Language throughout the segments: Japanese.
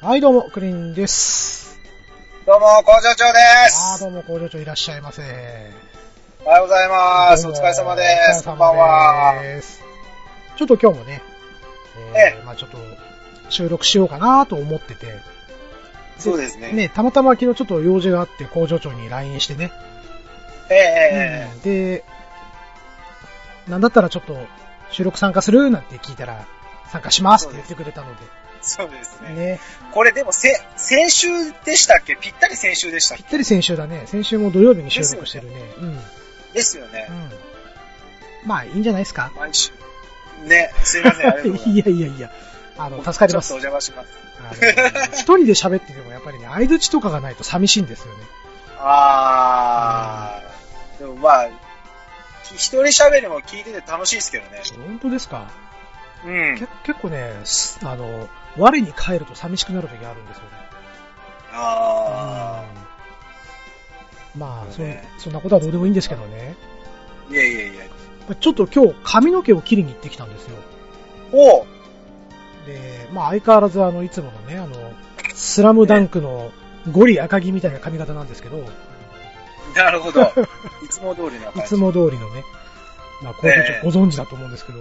はい、どうも、クリーンです。どうも、工場長であーす。どうも、工場長いらっしゃいませ。おはようございます。どおうも疲れ様でおす。疲これ様んばんは。ですちょっと今日もね、えーまあちょっと、収録しようかなと思ってて、そうですね。ね、たまたま昨日ちょっと用事があって工場長に LINE してね、ええうんで、なんだったらちょっと収録参加するなんて聞いたら、参加しますって言ってくれたのそうですで、ね。ね、これでもせ、先週でしたっけぴったり先週でしたっぴったり先週だね、先週も土曜日に収録してるね。うん。うん。けですよね。まあ、いいんじゃないですか毎週。ね、すいません、ありがとうござい いやいやいや、あの、助かりますちょ。っとお邪魔します。あの一人で喋っててもやっぱりね、相槌とかがないと寂しいんですよね。あー。でもまあ、き一人喋りも聞いてて楽しいですけどね。本当ですか、うんけ。結構ね、すあの、我に帰ると寂しくなる時があるんですよね。あうんまあ、そんねそんなことはどうでもいいんですけどね。ー。いやいやいや。ちょっと今日髪の毛を切りに行ってきたんですよ。おう。で、まあ相変わらずあの、いつものね、あの、スラムダンクのゴリ赤木みたいな髪型なんですけど、なる ほど。いつも通りな感じ。いつ。も通りのね、まあ、こういうねご存知だと思うんですけど、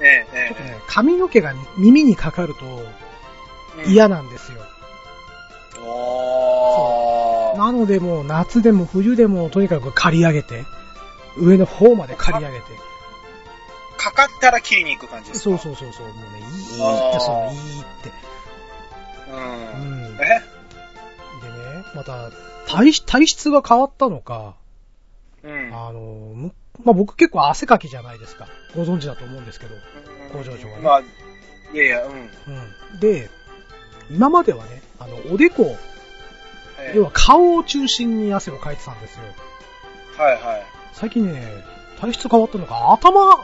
えええちょえっとね、髪の毛が耳にかかるとうん嫌なんですよ。おー。なのでもう夏でも冬でもとにかく刈り上げて、上の方まで刈り上げて、かかったら切りに行く感じですかそうそうそうそう、もうね、いいって、そのあーいいって。う。。うんん。でね、えまた、体質、体質が変わったのか、うん。あの、むまあ、僕結構汗かきじゃないですか。ご存知だと思うんですけど。工場長はねまあ、いやいや、うん。うん。で、今まではね、あの、おでこ、ええ要は顔を中心に汗をかいてたんですよ。はいはい。最近ね、体質変わったのか、頭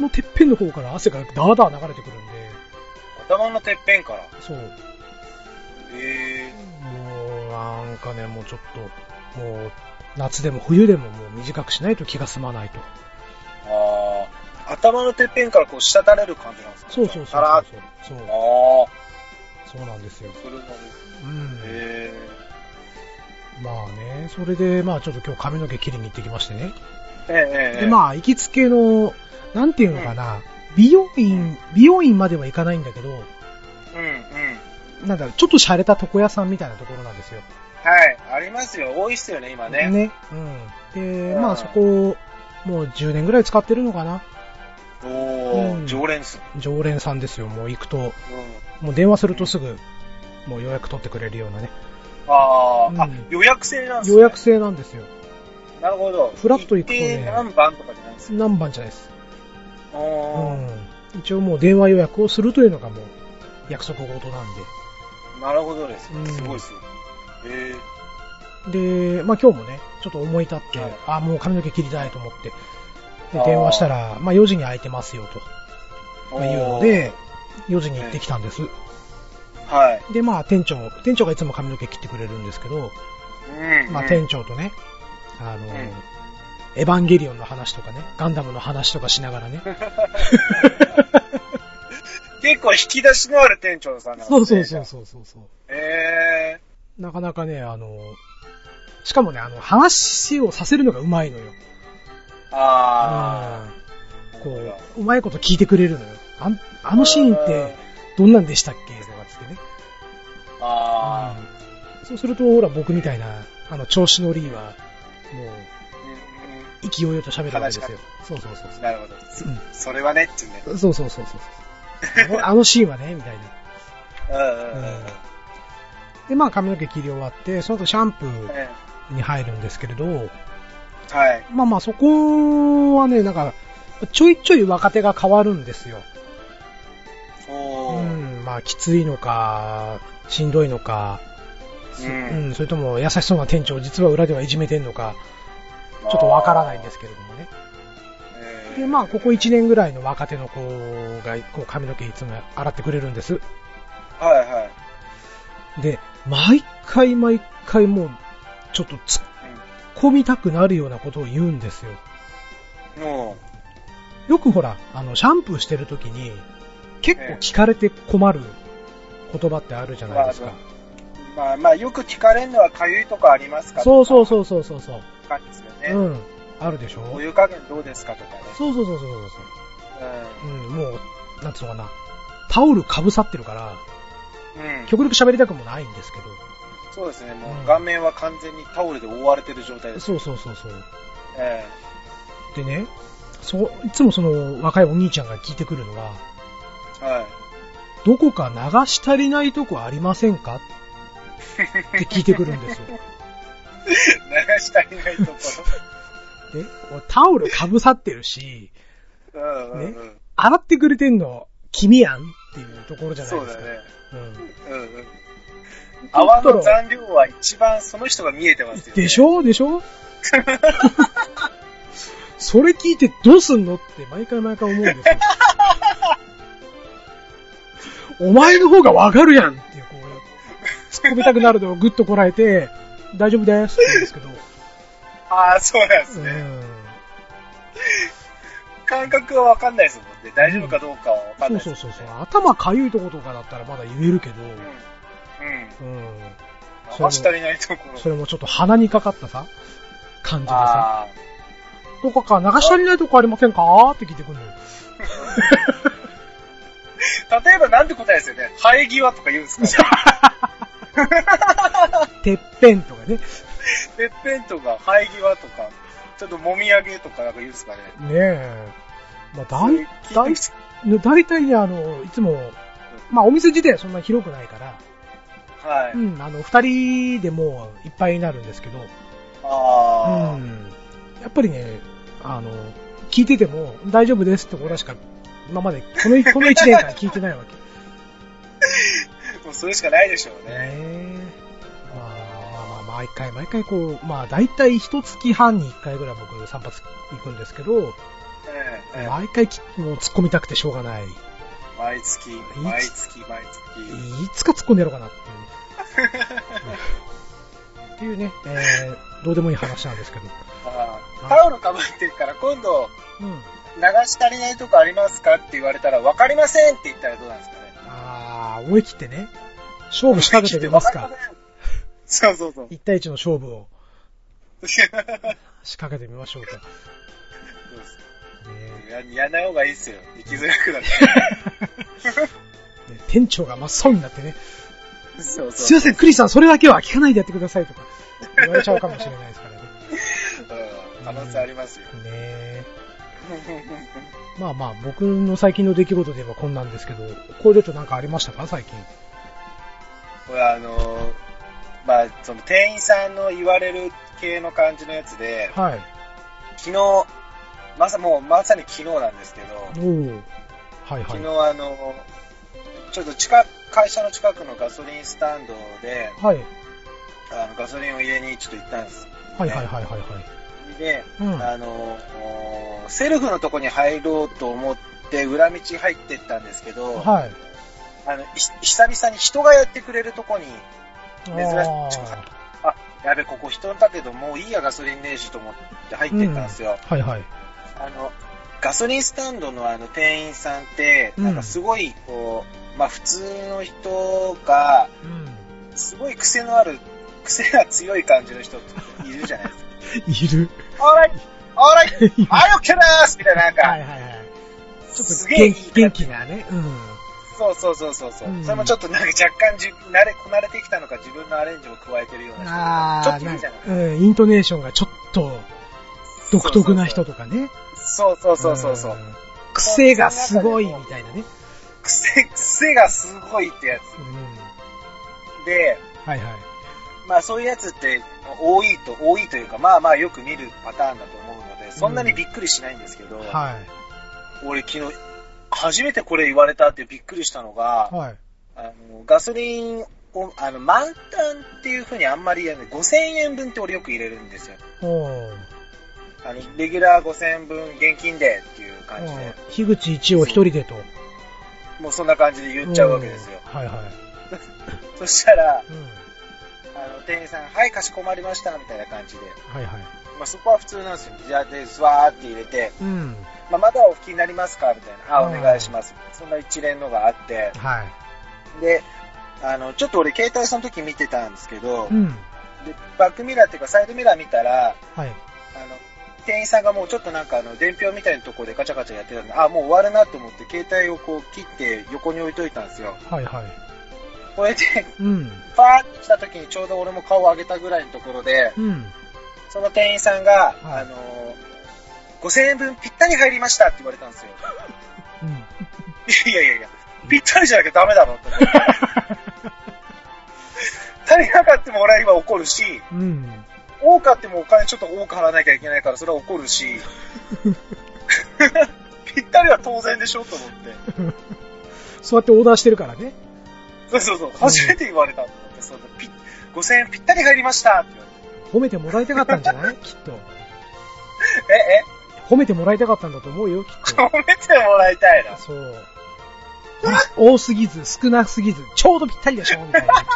のてっぺんの方から汗がダーダー流れてくるんで、頭のてっぺんから。そう。えもう、なんかね、もうちょっと、もう、夏でも冬でももう短くしないと気が済まないと。えあー。頭のてっぺんからこう、滴れる感じなんですかそうそうそあうら、あそう。そう、ー。そうなんですよ。それも、うん。えまあね、それで、まあちょっと今日髪の毛切りに行ってきましてね。えええええで、まあ、行きつけの、なんていうのかな、美容院、美容院までは行かないんだけど、うんうん。なんだろう、ちょっと洒落た床屋さんみたいなところなんですよ。はい。ありますよ。多いっすよね、今ね。うん。で、うんまあそこ、もう10年ぐらい使ってるのかなおー、うん常連っす。常連さんですよ。もう行くと、うん。もう電話するとすぐ、もう予約取ってくれるようなね。あー、あうん、予約制なんですね予約制なんですよ。なるほど。フラッと行くとね一定何番とかじゃないんですか。何番じゃないです。あうーん。一応もう電話予約をするというのがもう、約束事なんで。なるほどですうん。すごいですね。えーで、まあ今日もね、ちょっと思い立って、はいあ、もう髪の毛切りたいと思って、あでー電話したら、まあ4時に空いてますよと、おまあー言うので、4時に行ってきたんです。はい。で、まあ店長、店長がいつも髪の毛切ってくれるんですけど、うんまあうん店長とね、あの、うんエヴァンゲリオンの話とかね、ガンダムの話とかしながらね。結構引き出しのある店長さんなんですね そうそうそう。そうそうそう。えなかなかね、あの、しかもね、あの、話をさせるのがうまいのよ。ー。あうんー。こう、うまいこと聞いてくれるのよ。あんあのシーンって、どんなんでしたっけとかつってね。あうんそうすると、ほら、僕みたいな、あの、調子のリーは、もー。うんうんう、意気揚々と喋るわけです話よ。そうそうそうなるほど。そう。うんそれはね、っていうね。そうそうそうそう。 あのあのシーンはね、みたいな。 うんうんうんうんで、まあ髪の毛切り終わって、その後シャンプーえに入るんですけれど、ーはい。まあまあそこはね、なんか、ちょいちょい若手が変わるんですよ。うおー。ん、まあきついのか、しんどいのか、う。うんん、それとも優しそうな店長、実は裏ではいじめてんのか、ちょっとわからないんですけれどもね。えーで、まあここ1年ぐらいの若手の子が、こう髪の毛いつも洗ってくれるんです。はいはい。で、毎回毎回もう、ちょっと突っ込みたくなるようなことを言うんですよ。うん。もよくほら、あの、シャンプーしてるときに、結構聞かれて困る言葉ってあるじゃないですか。まあまあ、よく聞かれるのは、かゆいとかありますかそうそうう。そうそうそうそう。感じですよね。うん。あるでしょお湯加減どうですかとかね。そうそうそうそうそううそう。うん、もう、なんつうのかな。タオルかぶさってるから、ん。うん。極力喋りたくもないんですけそうですね。もうんう顔面は完全にタオルで覆われてる状態ど。です。そうそうそうそう。えでね、そう、いつもその若いお兄ちゃんが聞いてくるのは、えはい。どこか流し足りないとこありませんかって聞いてくるんですよ。流したりないとこで、俺タオルかぶさってるし、ろ。うんうんうん。洗ってくれてんの君やんっていうところじゃないそうですだか。ね。うんうんうん。泡の残量は一番その人が見えてますよね。でしょでし ょそれ聞いてどうすんのって毎回毎回思うんですよ。お前の方がわかるやんっていう、こう、突っ込みたくなるのをぐっとこらえて、大丈夫ですって言うんですけど。ああ、そうなんですうね。ん。感覚はわかんないですもんね。大丈夫かどうかはわかんそなういそうですそもうんね。そう。頭かゆいとことかだったらまだ言えるけど、うん。ううん。ん。それも流したりないところ。それもちょっと鼻にかかったさ、感じでさ。あどこか流し足りないとこありませんかって聞いてくるのよ。あ。例えばなんて答えですよね。生え際とか言うんですか てっぺんとかね。てっぺんとか、生え際とか、ちょっともみあげとかなんか言うんですかね。ねえ。まあ、だい、そだれ聞いいて、ね大体ね、あの、いつも、まあ、お店自体はそんな広くないから、はい。うん、あの、二人でもういっぱいになるんですけど、うああ、ん、やっぱりね、あの、聞いてても、大丈夫ですってことしか、今まで、この、この一年間聞いてないわけ。もうそれしかないでしょうねね。え。まあ、まあまあ、毎回毎回こう、まあ、大体一月半に一回ぐらい僕散髪行くんですけど、ええええ毎回きもう突っ込みたくてしょうがない。い毎月、毎月、毎月。つか突っ込んでやろうかなっていうね。っていうね、えー、どうでもいい話なんですけど。ああタオルかぶってるから、今度、うん。流し足りないとこありますかって言われたら、わかりませんって言ったらどうなんですかね。あー、思い切ってね、勝負仕掛けてみますか。 そうそう そう。一対一の勝負を仕掛けてみましょうか。ねややんない方がいいっすよ。生きづらくなる。 ね店長が真っ青になってね、そうすいそう。ません、クリスさん、それだけは聞かないでやってくださいとか言われちゃうかもしれないですからね。うん可能性ありますよ。ねえ。 まあまあ、僕の最近の出来事で言えばこんなんですけど、工場長なんかありましたか最近。これあのー、まあ、その店員さんの言われる系の感じのやつで、はい。昨日、まさ、もうまさに昨日なんですけど、おーはいは昨い。日あの、ちょっと近く、会社の近くのガソリンスタンドで、はい。あの、ガソリンを入れにちょっと行ったんです。はいはいはいはいはい。で、うん。あの、おセルフのとこに入ろうと思って、裏道入ってったんですけど、はい。あの、ひ久々に人がやってくれるとこに、珍しいあやべ、ここ人だけど、もういいや、ガソリンねえしと思って入ってったんですよ。ーはいはい。あの、ガソリンスタンドのあの店員さんって、うんなんかすごい、こう、まあ普通の人が、うん。すごい癖のある、癖が強い感じの人っているじゃないですか。いる。オーライオーライ はい、オッケーでーすみたいな、なんはか、いはいはい。ちょっすとげえいい元感じ元気なね。うん。そうそうそうそうそう、うんそれもちょっとなんか若干じ慣れ、こなれてきたのか自分のアレンジも加えてるようなあ人。ちょっといいじゃーないなうん、イントネーションがちょっと独特な人とかね。そうそうそうそうそう。ん。癖がすごいみたいなね。癖、癖がすごいってやつ。うん。で、はいはい。まあそういうやつって多いと、多いというか、まあまあよく見るパターンだと思うので、そんなにびっくりしないんですけど、はい。俺昨日、初めてこれ言われたってびっくりしたのが、はい。あのガソリンを、あの、満タンっていう風にあんまりやらない。5000円分って俺よく入れるんですよ。おー。あの、レギュラー5000円分現金でっていう感じで、樋口一を一人でと。もうそんな感じで言っちゃうわけですよ。うん。はいはい。そしたら、うん。あの、店員さん、はい、かしこまりました、みたいな感じで。はいはい。まあそこは普通なんですよ。じゃあ、で、スワーって入れて、うん。まあ、まだお吹きになりますかみたいな。あ、うおん願いします。そんな一連のがあって。はい。で、あの、ちょっと俺携帯その時見てたんですけど、うん。でバックミラーっていうかサイドミラー見たら、はい。あの、店員さんがもうちょっとなんかあの、伝票みたいなところでガチャガチャやってたんで、あ、もう終わるなと思って携帯をこう切って横に置いといたんですよ。はいはい。これで、うん。パーって来た時にちょうど俺も顔を上げたぐらいのところで、うん。その店員さんが、はいあのー、5000円分ぴったり入りましたって言われたんですよ。うん。いやいやいや、ぴったりじゃなきゃダメだろって思って。足りなかったも俺は今怒るし、うん。多かってもお金ちょっと多く払わなきゃいけないからそれは怒るし、 ぴったりは当然でしょと思って。そうやってオーダーしてるからね。そうそうそう、初めて言われたと思って、そのぴ5000円ぴったり入りましたって言わ褒めてもらいたかったんじゃないきっと。れて。え、え、褒めてもらいたかったんだと思うよ、きっ褒めてもらいたいなと。。そう。ほら、多すぎず、少なすぎず、ちょうどぴったりでしょみたいな。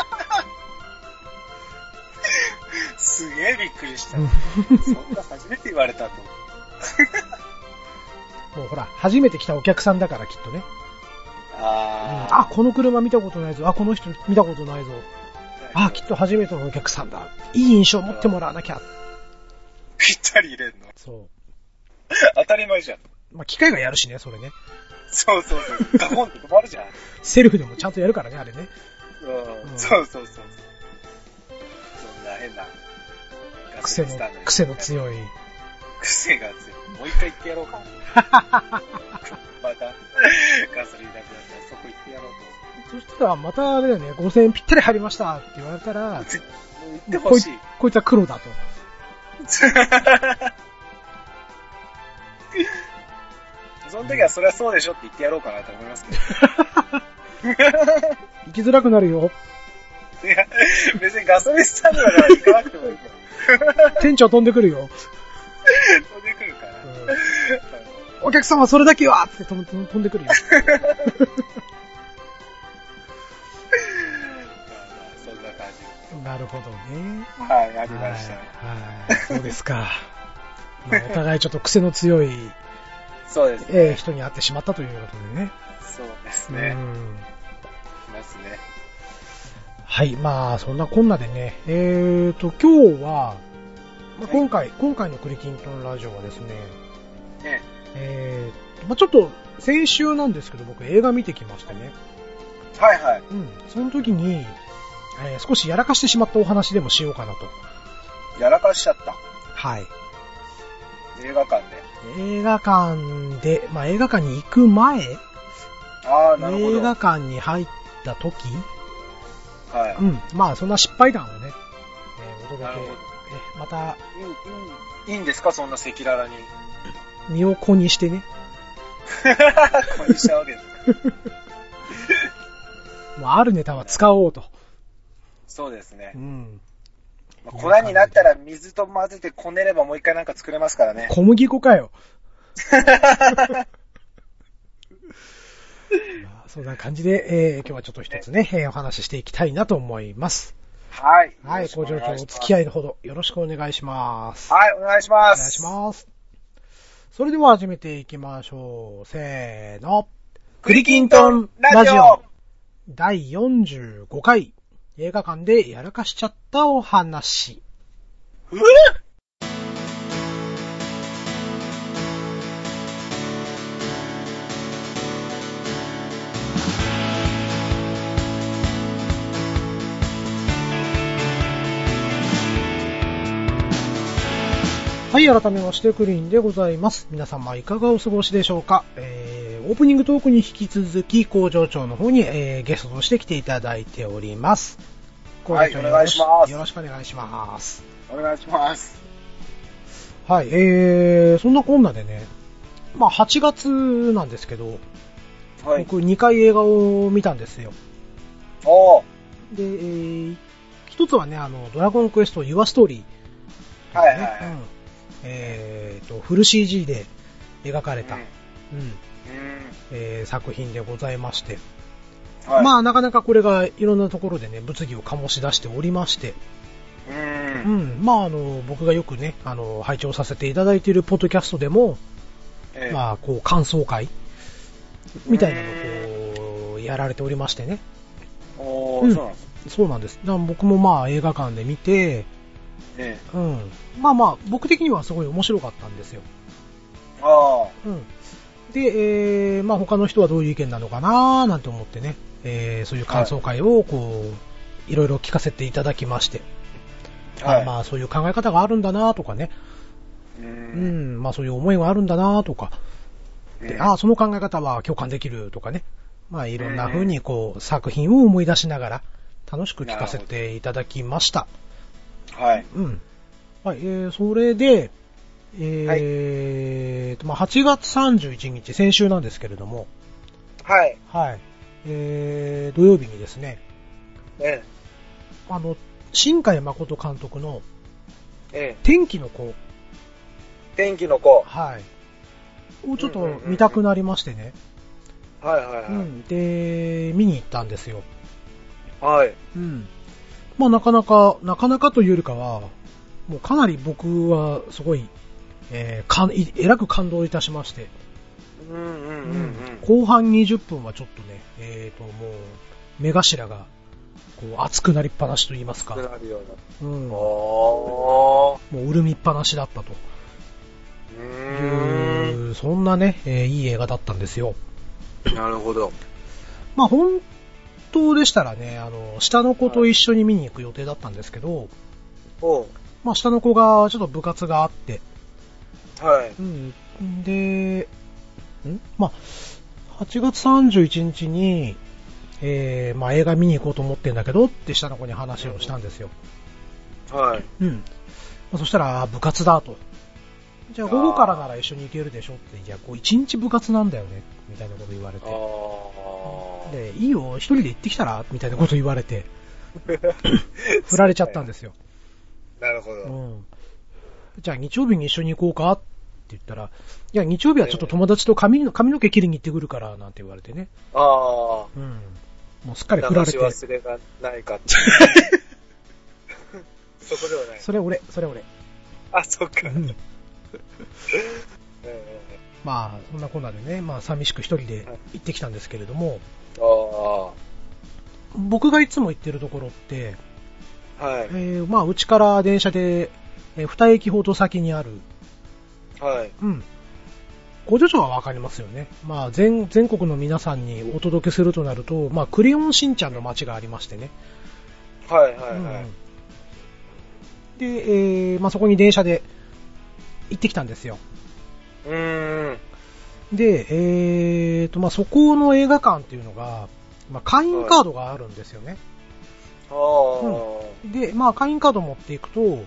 すげえびっくりした。うんそんな初めて言われたと思って。もうほら、初めて来たお客さんだから、きっとね。あーあ、この車見たことないぞ。あ、この人見たことないぞ。あ、きっと初めてのお客さんだ。いい印象を持ってもらわなきゃ。ぴったり入れんの。そ当たり前じゃん。う。まあ、機械がやるしね、それね。そうそうそう。ガコンって止まるじゃん。セルフでもちゃんとやるからね、あれね。う、うんんそうそうそうそう。そんな変な。癖の、癖のい。強い。癖が強い。もう一回言ってやろうか。また、ガソリンなくなったらそこ行ってやろうそしたら、またあれだよね、5000円ぴったり入りましたって言われたら、と。もう行ってほ しい。こいつは黒だと。その時はそれはそうでしょって言ってやろうかなと思いますけど。生きづらくなるよ。いや、別にガソリンスタンドだから行かなくてもいいから。店長飛んでくるよ。飛んでくるから。うんあのお客様それだけはって飛ん飛んでくるよ。そんな感じ。 なるほどね。はい、あありましたね。はい。はいそうですか。 まあお互いちょっと癖の強い、そうですえーね。人に会ってしまったということでね。そうですねう。んいますね。はい。まあ、そんなこんなでね。えーと、今日は、まあはい今回、今回のクリキントンラジオはですね、ねえーと、まあちょっと、先週なんですけど、僕映画見てきましてね。はいはい。うん。その時に、えー少しやらかしてしまったお話でもしようかなと。やらかしちゃった。はい。映画館で。映画館で、まあ、映画館に行く前、ああ、なるほ映ど。画は館に入った時、い。うん、まあ、そんな失敗談をね、えーお届なるけ、えほどまた、いいいい、いいんですかそんな赤裸 々に。身を粉に してね、これにしちゃうわけですか。まあ、あるネタは使おうと。そうですねう。ん。まあ粉になったら水と混ぜてこねればもう一回なんか作れますからね。小麦粉か よ。まあそんな感じで、えー今日はちょっと一つね、えーお話ししていきたいなと思います。はい。はい、工場長お付き合い合いのほどよろしくお願いします。します。はい、お願いしまお願いす。します。それでは始めていきましょう。せーの。クリキントンラジオ第45回。映画館でやらかしちゃったお話。うわはい、改めまして、クリーンでございます。皆様いかがお過ごしでしょうかえー、オープニングトークに引き続き、工場長の方に、えー、ゲストとして来ていただいております。はい工場長お願いしますよろしくお願いします。お願いします。はい、えー、そんなこんなでね、まあ8月なんですけど、はい。僕2回映画を見たんですよ。おー。で、えー一つはね、あの、ドラゴンクエスト Your Story、ね。はいはいはいうんえーと、フル CG で描かれた、ううんんうんえー作品でございまして、はい。まあなかなかこれがいろんなところでね、物議を醸し出しておりまして、う。うんん、まああの、僕がよくね、あの、拝聴させていただいているポッドキャストでも、ええまあこう、感想会みたいなのをこう、やられておりましてね。おおー、うんそうなんですねそうなんです。だから僕もまあ映画館で見て、えうん。まあまあ、僕的にはすごい面白かったんですよ。えあうん。で、えー、まあ他の人はどういう意見なのかなーなんて思ってね、えー、そういう感想会をこう、いろいろ聞かせていただきまして、あ、はい。あまあそういう考え方があるんだなとかね、う。うんん、まあそういう思いがあるんだなとか、うんで、ああ、その考え方は共感できるとかね。まあ、いろんな風にこう、作品を思い出しながら、楽しく聞かせていただきました。はい。うん。はい、えー、それで、えーと、まあ、8月31日、先週なんですけれども、はい。はい、えー、土曜日にですね、えあの、新海誠監督のえええ天気の子、天気の子。はい、をちょっと見たくなりましてね、はいはいはうい。ん、で、見に行ったんですよ。はい。うん。まあなかなか、なかなかというよりかは、もうかなり僕はすごい、えーかん、いえらく感動いたしまして、うんうんうんうん。後半20分はちょっとね、えーと、もう、目頭が、こう、熱くなりっぱなしと言いますくか、なるような。うん、もおー。う潤みっぱなしだったとういーう、そんなね、えーいい映画だったんですよ。ん。なるほど。まあ本当でしたらね、あの、下の子と一緒に見に行く予定だったんですけど、おうまあ下の子がちょっと部活があって、はい。うん、で、んまあ、8月31日に、えー、まあ映画見に行こうと思ってんだけどって下の子に話をしたんですよ。はい。うん。まあ、そしたら、あ部活だと。じゃあ午後からなら一緒に行けるでしょって、じゃあこう一日部活なんだよね、みたいなこと言われあて。ー。で、いいよ、一人で行ってきたらみたいなこと言われて、振られちゃったんですよ。 なるほど。うん。じゃあ日曜日に一緒に行こうかって言ったら、いや、日曜日はちょっと友達と髪の髪の毛切りに行ってくるから、なんて言われてね。あうん。もうすっかー。り振られ。流して忘れがないかって。 そこではない。それ俺、それ俺。あ、そっか。ううんんまあ、そんなこんなでね、まあ寂しく一人で行ってきたんですけれども、あ僕がいつも行ってるところって、あ。はい。えー、まあうちから電車で、えー二駅ほど先にある、はい。うん。ご助長はわかりますよね。まあ全、全国の皆さんにお届けするとなると、まあ、クレヨンしんちゃんの街がありましてね。はいはいはい。うんで、えーまあ、そこに電車で行ってきたんですよ。うーん。で、えーと、まあ、そこの映画館っていうのが、まあ、会員カードがあるんですよね。ああ。で、まあ、会員カード持っていくと、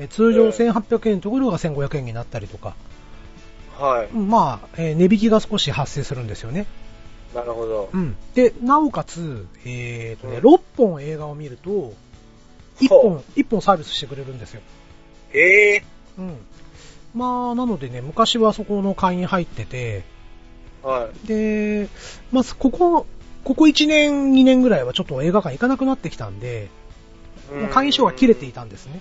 え通常1800円のところが1500円になったりとか、はい。まあ、えー値引きが少し発生するんですよね。なるほど。うん。で、なおかつ、えーとね、うん6本映画を見ると、1ほ本、1本サービスしてくれるんですよ。ええうん。まあ、なのでね、昔はそこの会員入ってて、はい。で、まあ、ここ、ここ1年、2年ぐらいはちょっと映画館行かなくなってきたんで、もう会員証が切れていたんですね。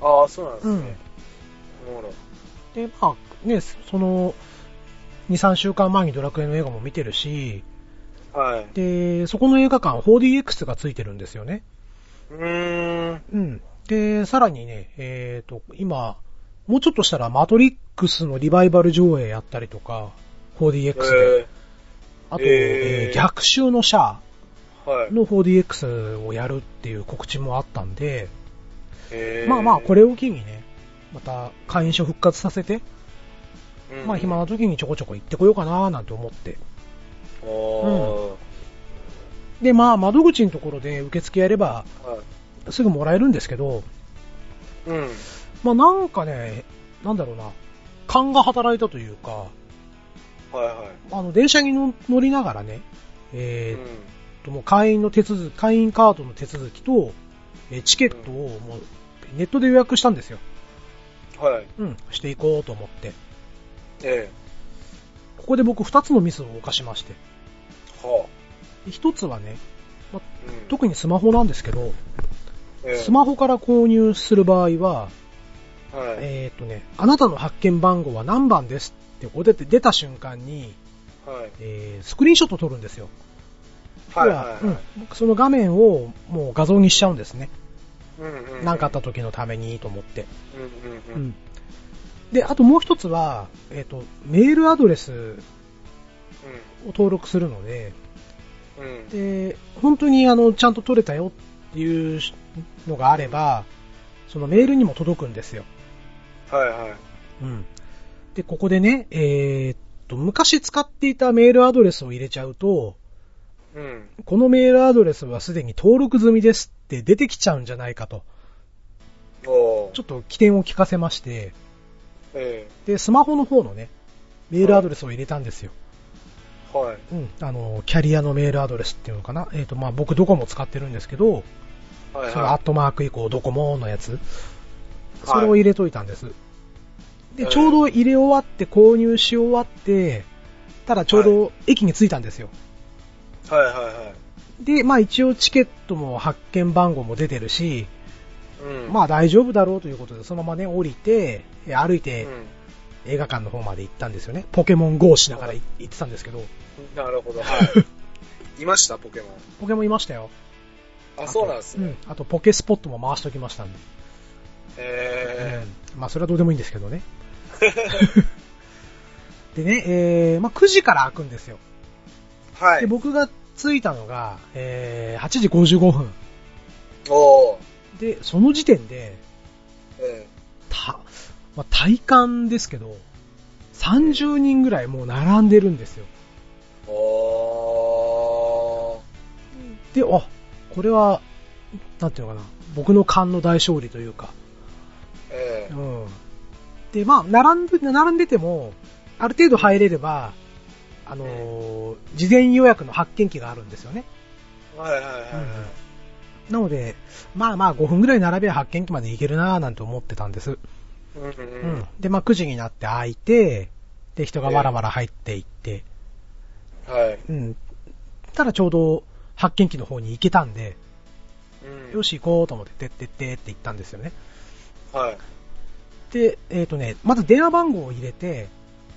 ああ、そうなんですうね。ん。おもろいで、まあ、ね、その、2、3週間前にドラクエの映画も見てるし、はい。で、そこの映画館 4DX がついてるんですよね。うーん。うん。で、さらにね、えっ、と、今、もうちょっとしたらマトリックスのリバイバル上映やったりとか、4DX で、えあと、えーえー逆襲のシャー、はいア。の 4DX をやるっていう告知もあったんで、えー、まあまあこれ、れを機にね、また会員証復活させて、うんまあ暇な時にちょこちょこ行ってこようかなーなんて思って。おーで、まあ窓口のところで受付やればはい。すぐもらえるんですけど、うん。まあなんかね、なんだろうな、勘が働いたというか、はいはい。あの電車に乗乗りながらね、うえーっん。と、もう会員の手続き、会員カードの手続きと、えーチケットをもうネットで予約したんですよ。はい。うん、していこうと思って。えここで僕2つのミスを犯しまして。ー、は1つはね、あ。うん、特にスマホなんですけど、えースマホから購入する場合は、はい。えーっとね、あなたの発見番号は何番ですってこう出て出た瞬間に、はい。えースクリーンショット撮るんですよ。はいはいはいうんその画面をもう画像にしちゃうんですね。うんうんうん何かあった時のためにと思って。うんううんうんん。で、あともう一つは、えっ、と、メールアドレスを登録するので、うんうんで、本当にあの、ちゃんと取れたよっていうのがあれば、そのメールにも届くんですよ。はいはいうん。で、ここでね、えーっと、昔使っていたメールアドレスを入れちゃうと、うんこのメールアドレスはすでに登録済みですって出てきちゃうんじゃないかと、おーちょっと起点を聞かせまして、えで、スマホの方のね、メールアドレスを入れたんですよ。えはいうん。あの、キャリアのメールアドレスっていうのかな。えーっ、と、まあ、僕ドコモ使ってるんですけど、はいそのアはットマーク以降ドコモのやつ、それを入れといたんです。で、ちょうど入れ終わって購入し終わって、ただちょうど駅に着いたんですよ。いはいはいはで、まあ一応チケットも発券番号も出てるし、いうんまあ大丈夫だろうということで、そのままね、降りて、え歩いうてん映画館の方まで行ったんですよね。ポケモン GO しながらい行ってたんですけど、なるほど はいいましたポケモンポケモンいましたよ。あそうなんですうねん。あとポケスポットも回しときましたんで。えうんまあそれはどうでもいいんですけどね。 でね、えー、まあ9時から開くんですよ。えはで、い僕が着いたのが、えー、8時55分。おーで、その時点で、えた、まあ、体感ですけど、30人ぐらいもう並んでるんですよ。えおーで、あ、これは、なんていうのかな、僕の勘の大勝利というか、えうえん。で、まあ、並んで、並んでても、ある程度入れれば、あのー事前予約の発券機があるんですよね。はいはいはいはいなので、まあまあ5分ぐらい並べば発券機まで行けるなぁなんて思ってたんです。うんううんん。で、まあ9時になって開いて、で、人がわらわら入っていって、はいうん。ただちょうど発見機の方に行けたんで、うんよし行こうと思って、てってってって行ったんですよね。はいで、えっ、とね、まず電話番号を入れて、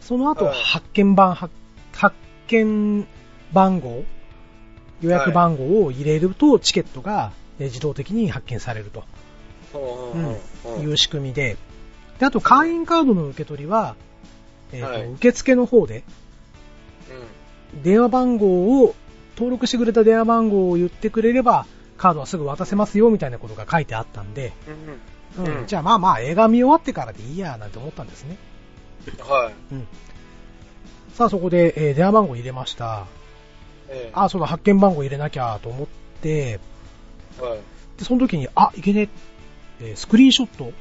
その後はい発見番、発発見番号、予約番号を入れると、チケットがえー自動的に発見されるとうんうんうんいう仕組みで、で、あと会員カードの受け取りは、えーとはい受付の方で、電話番号を、登録してくれた電話番号を言ってくれれば、カードはすぐ渡せますよみたいなことが書いてあったんで、うんうんうんうんじゃあまあまあ映画見終わってからでいいやなんて思ったんですね。はいうん、さあそこで、えー電話番号入れました。ええあ、そうだ、発見番号入れなきゃと思って、はいはいで、その時に、あ、いけねえ、えースクリーンショット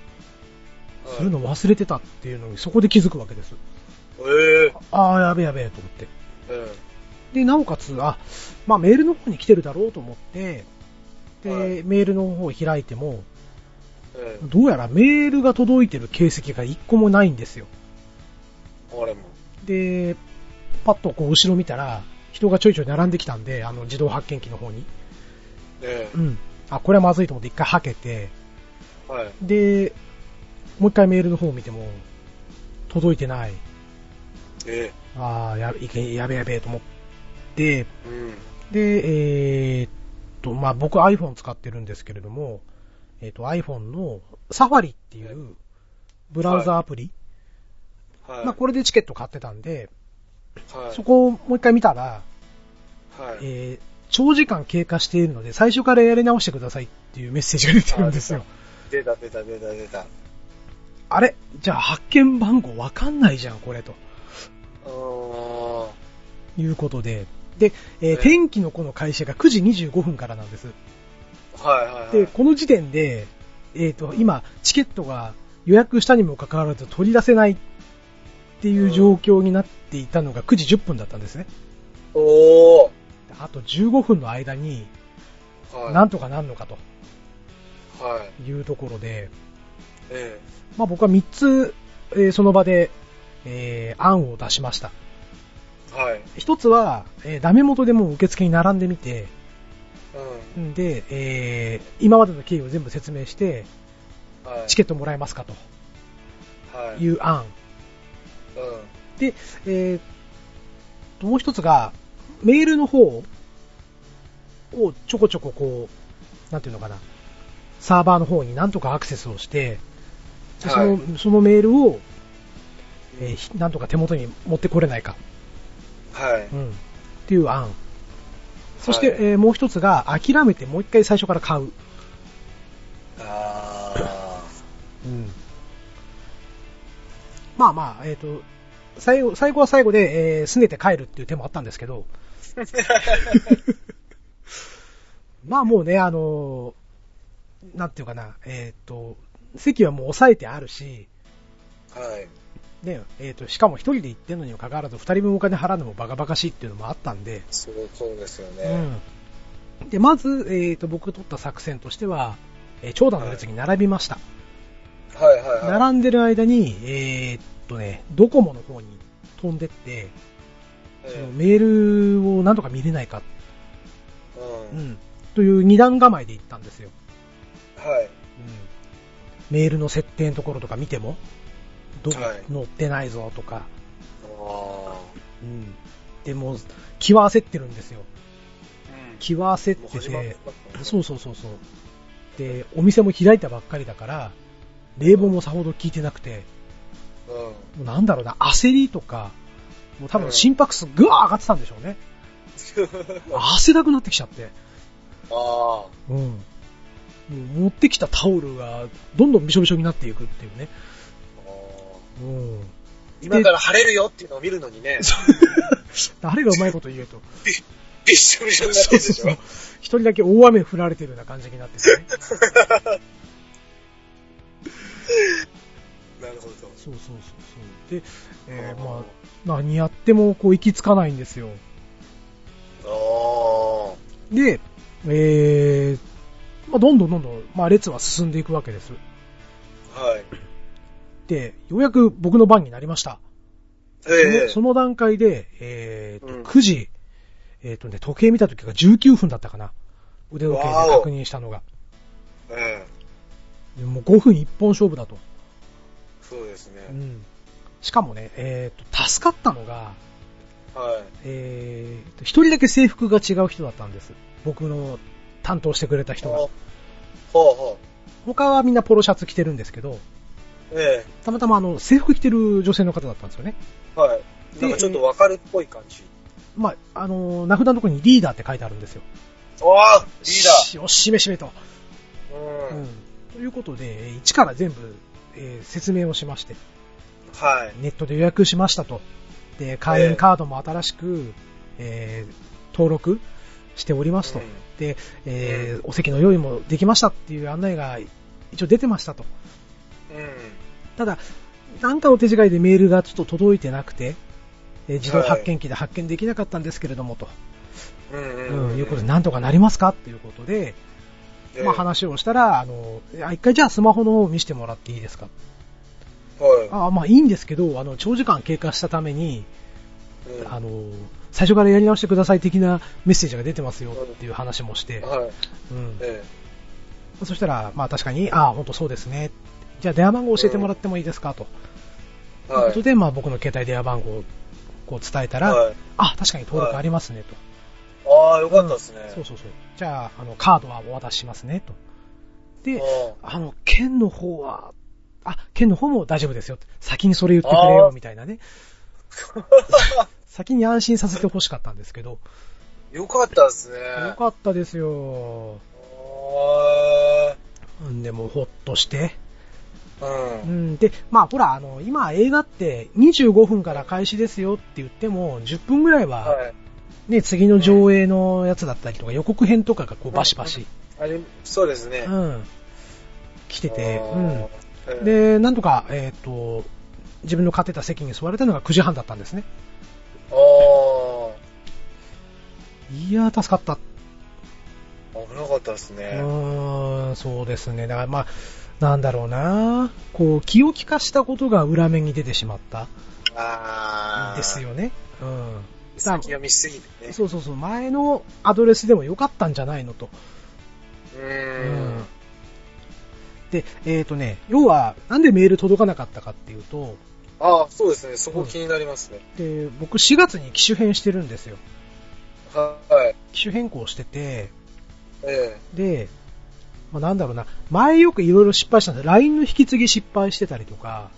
するの忘れてたっていうのにそこで気づくわけです。ええああ、やべえやべえと思って。えで、なおかつ、あ、まあメールの方に来てるだろうと思って、で、はいメールの方を開いても、ええどうやらメールが届いてる形跡が一個もないんですよ。え俺もで、パッとこう後ろ見たら、人がちょいちょい並んできたんで、あの自動発見機の方に。えうん。あ、これはまずいと思って一回はけて、えはいで、もう一回メールの方を見ても、届いてない。えああ、やいけやべやべえと思って、えうんで、えーっと、まあ、僕 iPhone 使ってるんですけれども、えーっと iPhone の Safari っていうブラウザアプリ、はいまあ、これでチケット買ってたんで、はいそこをもう一回見たら、はいえー長時間経過しているので、最初からやり直してくださいっていうメッセージが出てるんですよ。出た出た出た出たあれじゃあ発見番号わかんないじゃん、これ、とうーんいうことで。で、えーえー天気の子の会社が9時25分からなんです。はいはいはいで、この時点で、えっ、と、今、チケットが予約したにもかかわらず取り出せないっていう状況になっていたのが9時10分だったんですね。おおあと15分の間に、はいなんとかなんのかとはいいうところで、えまあ僕は3つ、えーその場で、えー案を出しました。えはい1つは、えーダメ元でもう受付に並んでみて、うんんで、えー今までの経緯を全部説明して、はいチケットもらえますかとはいいう案。うんで、えー、もう一つが、メールの方をちょこちょここう、なんていうのかな、サーバーの方になんとかアクセスをして、でその、はいそのメールを、えーひなんとか手元に持ってこれないか、はい。うん、っていう案。そして、はいえーもう一つが、諦めてもう一回最初から買う。あまあまあ、えっ、と、最後、最後は最後で、えー拗ねて帰るっていう手もあったんですけど、 まあもうね、あのーなんていうかな、えっ、と、席はもう抑えてあるし、ー。はい。ね、えっ、と、しかも一人で行ってんのにもかかわらず、二人分お金払うのもバカバカしいっていうのもあったんで、そう、そうですよね。うん。で、まず、えっ、と、僕取った作戦としては、えー長蛇の列に並びました。はいはいはい。並んでる間に、えーっとね、ドコモの方に飛んでって、そのえメールをなんとか見れないか、えう。うんん、という二段構えで行ったんですよ、はい。うん。メールの設定のところとか見ても、どこはい載ってないぞとか、あうん、でもう、気は焦ってるんですよ。あ。気は焦もうって始まってて、ますねそうそうそうそう。で、お店も開いたばっかりだから、冷房もさほど効いてなくて、うん。もうなんだろうな、焦りとか、もう多分心拍数ぐわー上がってたんでしょうね。汗だくなってきちゃって。ああ。うん。もう持ってきたタオルがどんどんびしょびしょになっていくっていうね。うん。今から晴れるよっていうのを見るのにね、誰がうまいこと言えと。びっしょびしょになってるでしょ。 一人だけ大雨降られてるような感じになっててね。 なるほど。 そうそうそうそう。で、えーまあ、何やってもこう行き着かないんですよ。あで、えー、まあどんどんどんどん、まあ列は進んでいくわけです。あ。はい。で、ようやく僕の番になりました。ええそのその段階で、えーとうん9時、えーとね、時計見た時が19分だったかな。腕時計わでお確認したのが。ええでもう5分1本勝負だと。そうですうね。ん、しかもね、えーと、助かったのが、はい。えーと、1人だけ制服が違う人だったんです。僕の担当してくれた人あがあ。ほうほ他はみんなポロシャツ着てるんですけど、う。えたまたまあの制服着てる女性の方だったんですよね。えはい。なんかちょっとわかるっぽい感じ。まあ、あのー名札のところにリーダーって書いてあるんですよ。ああリーー。よしめしめと。ダー。うん。ということで、えー一から全部、えー説明をしまして、はい。ネットで予約しましたと。で、会員カードも新しく、えー登録しておりますと。うんで、えーお席の用意もできましたっていう案内が一応出てましたと。うん。ただ、なんかの手違いでメールがちょっと届いてなくて、えー自動はい発見機で発見できなかったんですけれどもと、うんいうん。うん、いうことで、なんとかなりますかっていうことで、ええまあ、話をしたら、あの、いや一回じゃあスマホの方を見せてもらっていいですかはああまあいいんですけど、あの長時間経過したために、い。うんあの最初からやり直してください的なメッセージが出てますよっていう話もして、はい。うん、えそしたら、まあ確かに、ああ、本当そうですね、じゃあ電話番号教えてもらってもいいですかと、えいうはことい。で、まあ、僕の携帯電話番号をこう伝えたら、はい。あ確かに登録ありますねと、ああ、よかったですね。そうそうそう、じゃああのカードはお渡ししますねと、で、ああの県の方は、あ県の方も大丈夫ですよって、先にそれ言ってくれよみたいなね、先に安心させてほしかったんですけど。 あよかったですね。よかったですよ。あんで、もうほっとして。あう。うんん、で、まあほら、あの、今映画って25分から開始ですよって言っても、10分ぐらいは、はい。ね、次の上映のやつだったりとか、予告編とかがこうバシバシ、あれ、そうですね。うん、来てて、あーうん。、で、なんとか、えっ、と、自分の勝てた席に座れたのが9時半だったんですね。ああ、いやー、助かった。危なかったですうね。ーん、そうですね。だからまあ、なんだろうなこう、気を利かしたことが裏目に出てしまった。ああ、です。よね。うん。先読みしすぎてね。そうそうそう、前のアドレスでも良かったんじゃないのと。ううーん。で、えっ、とね、要は、なんでメール届かなかったかっていうと、ああ、そうですね。そこ気になりますね。で僕4月に機種変してるんですよ。はい。機種変更してて、えで、まあ、なんだろうな、前よくいろいろ失敗したんです LINE の引き継ぎ失敗してたりとか、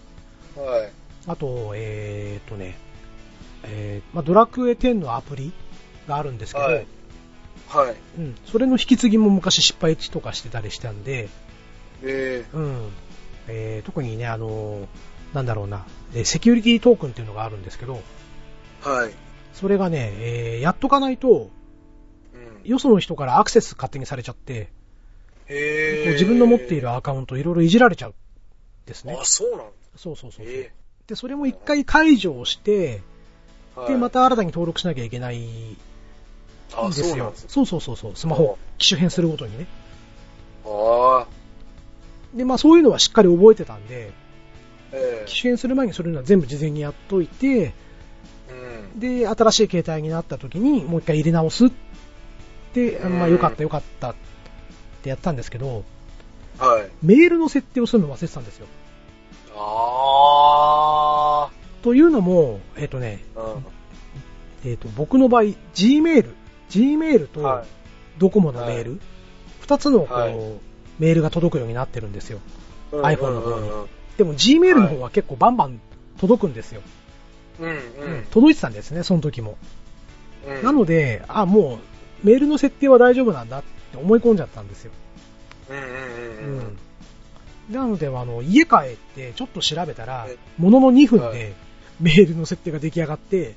えはい。あと、えーっとね、えーまあ、ドラクエ10のアプリがあるんですけど、はいはい。うん、それの引き継ぎも昔失敗とかしてたりしたんで、えうんえー特にね、あのーなんだろうな、えーセキュリティトークンっていうのがあるんですけど、えはい。それがね、えーやっとかないと、うん。よその人からアクセス勝手にされちゃって、こえう自分の持っているアカウントいろいろいじられちゃうんですねあ、。そうなんそうそうそうそう。えで、それも一回解除をして、えはいで、また新たに登録しなきゃいけないんあ、ですそうなんよ。ですねそうそうそうそう、スマホを機種変するごとにね。ああ、で、まあそういうのはしっかり覚えてたんで、え機種変する前にそれのは全部事前にやっといて、えうん。で、新しい携帯になった時にもう一回入れ直すって、うんまあよかったよかったってやったんですけど、はい。メールの設定をするの忘れてたんですよ。あというのも、えっ、とね、あ、うん。えっ、と、僕の場合、Gmail、Gmail とはいドコモのメール、二つのこう、はいメールが届くようになってるんですよ。うん iPhone の方にうんでも Gmail の方は結構バンバン届くんですよ。うんうん。届いてたんですね、その時も。うんなので、あ、もう、メールの設定は大丈夫なんだって思い込んじゃったんですよ。うんうんううんうんん。なので、あの、家帰ってちょっと調べたらえ、ものの2分はでメールの設定が出来上がって、え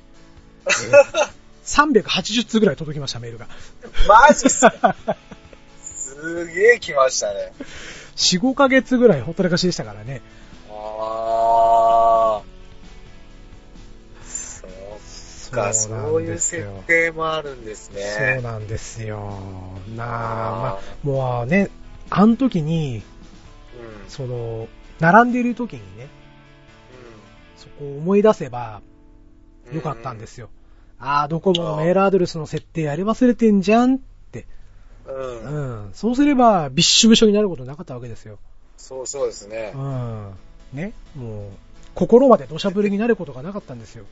ー380通ぐらい届きました、メー ルが。 マジっすかすげえ来ましたね。 4、5ヶ月ぐらいほったらかしでしたからね。ああ。そっそか、そういう設定もあるんですそうね。なんですよ。なあ、まああ、もうね、あの時に、うその、並んでいる時にね、そこを思い出せば、んうん。よかったんですよ。ああ、ドコモのメールアドレスの設定やり忘れてんじゃんって。うん。ううん。ん。そうすれば、びっしょびしょになることなかったわけですよ。そうそうですねう。ん。ね。もう、心まで土砂降りになることがなかったんですよ。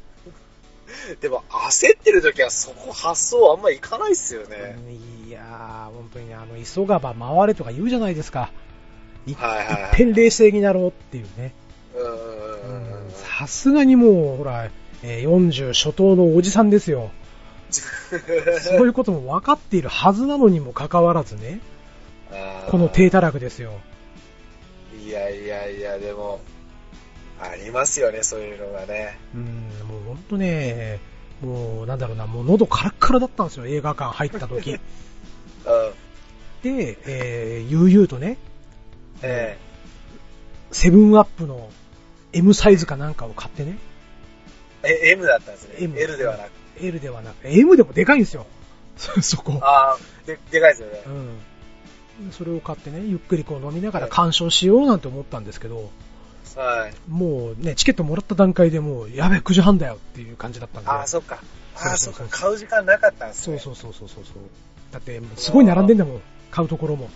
でも、焦ってる時はそこ発想あんまいかないっすよね。いやー、本当にね、あの、急がば回れとか言うじゃないですか。いっはいはいはいぺん冷静になろうっていうね。うんうんうんうんうん。さすがにもう、ほら、えー40初頭のおじさんですよ。そういうことも分かっているはずなのにもかかわらずね、あーこの低たらくですよ。いやいやいや、でも、ありますよね、そういうのがね。うん、もうほんとね、もうなんだろうな、もう喉カラッカラだったんですよ、映画館入った 時。うん。で、えー、悠々とね、えセブンアップの M サイズかなんかを買ってね、ええ、M だったんですね。 M L ではなく。 L ではなく、M でもでかいんですよ、 そそこ。ああ、で、でかいですよねう。ん。それを買ってね、ゆっくりこう飲みながら鑑賞しようなんて思ったんですけど、はい。もうね、チケットもらった段階でもう、やべえ、9時半だよっていう感じだったんで。ああ、そっか。ああ、そそうっそうそうか。買う時間なかったんですそうね。そううそうそうそうそう。だって、すごい並んでんだもん、買うところも。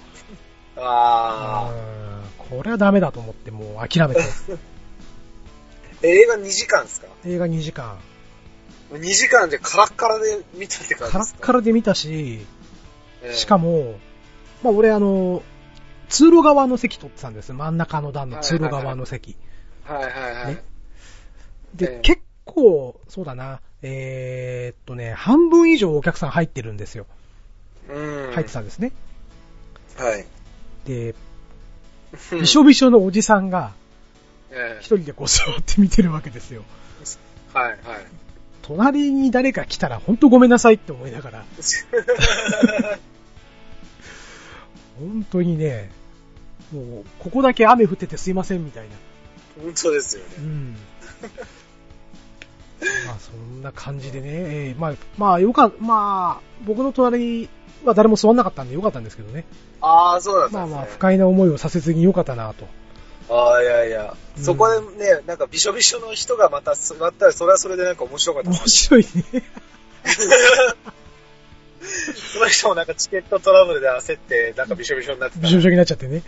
そう。ああ。うんこれはダメだと思って、もう諦めて。 え、映画2時間ですか映画2時間。 ?2 時間でカラッカラで見たって感カじでラすッかカラで見たし、ええしかも、まあ俺あの、通路側の席取ってたんです。真ん中の段の通路側の席。はいはいはい。ねえでえ、結構、そうだな、えーっとね、半分以上お客さん入ってるんですよ。うん。入ってたんですね。はい。で、びしょびしょのおじさんが、 ええ一人でこう座って見てるわけですよ。はいはい。 隣に誰か来たら本当ごめんなさいって思いながら、本当にね、もう、ここだけ雨降っててすいませんみたいな。本当ですよねう。ん。 まあ、そんな感じでね、えーまあ、まあ、よか、まあ、僕の隣は誰も座んなかったんでよかったんですけどね。ああ、そうだったまんあですね。まあ、不快な思いをさせずによかったなと。ああ、いやいやう。んそこでね、なんかびしょびしょの人がまた座ったら、それはそれでなんか面白かった面 です。白いね。その人もなんかチケットトラブルで焦って、なんかびしょびしょになってた。びしょびしょになっちゃってね。ね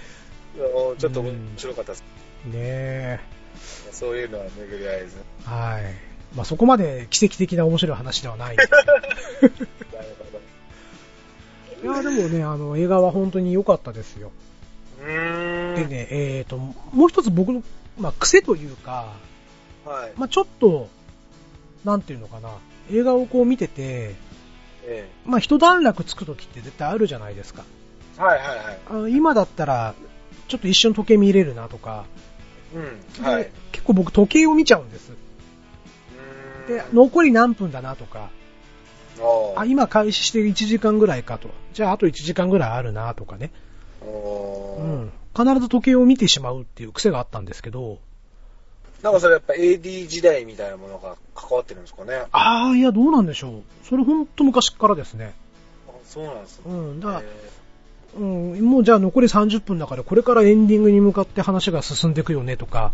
うんちょっと面白かったです。え。そういうのは巡り合えず。はい。まあ、そこまで奇跡的な面白い話ではない。なるほどいや、でもね、あの、映画は本当に良かったですよ。うーん。でね、えっ、と、もう一つ僕の、まあ、癖というか、はい。まあ、ちょっと、なんていうのかな、映画をこう見てて、えまあ、一段落つく時って絶対あるじゃないですか。えはいはいはい。あの今だったら、ちょっと一瞬時計見れるなとか、うん。はい。で結構僕時計を見ちゃうんです。うーんで、残り何分だなとか、おーあ、今開始して1時間ぐらいかと。じゃああと1時間ぐらいあるなとかね。おうーん。必ず時計を見てしまうっていう癖があったんですけど、なんかそれやっぱ AD 時代みたいなものが関わってるんですかね。ああ、いや、どうなんでしょう。それほんと昔からですね。あそうなんですね。うん。だから、えうん、もうじゃあ残り30分だからこれからエンディングに向かって話が進んでいくよねとか、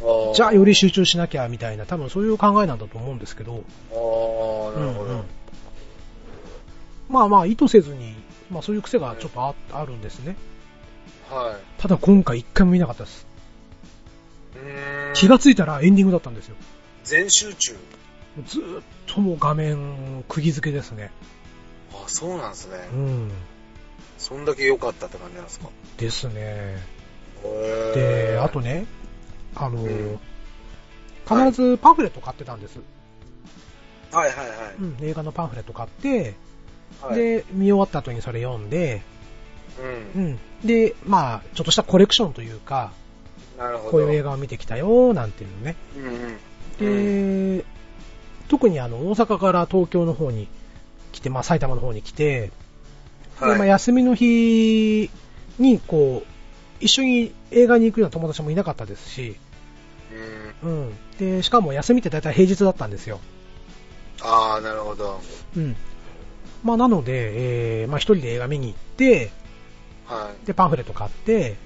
ーあーじゃあより集中しなきゃみたいな、多分そういう考えなんだと思うんですけど、あーなるうほど。んうんまあまあ意図せずに、まあそういう癖がちょっとああるんですね。はい。ただ今回一回も見なかったです。うーん気がついたらエンディングだったんですよ。全集中。ずーっともう画面、釘付けですね。あそうなんですね。うん。そんだけ良かったって感じなんですか。ですね。へで、ーあとね、あのー、うん必ずパンフレット買ってたんです。はいはいはい。うん、映画のパンフレット買って、はい、で、見終わった後にそれ読んで、う。うんん。で、まあ、ちょっとしたコレクションというか、なるほど。こういう映画を見てきたよ、なんていうのね。うんうん。うん、で、特にあの、大阪から東京の方に来て、まあ埼玉の方に来て、でまあ、はい。休みの日に、こう、一緒に映画に行くような友達もいなかったですし、うんうん。で、しかも休みって大体平日だったんですよ。ああ、なるほど。うん。まあなので、えー、まあ一人で映画見に行って、はで、パンフレット買って、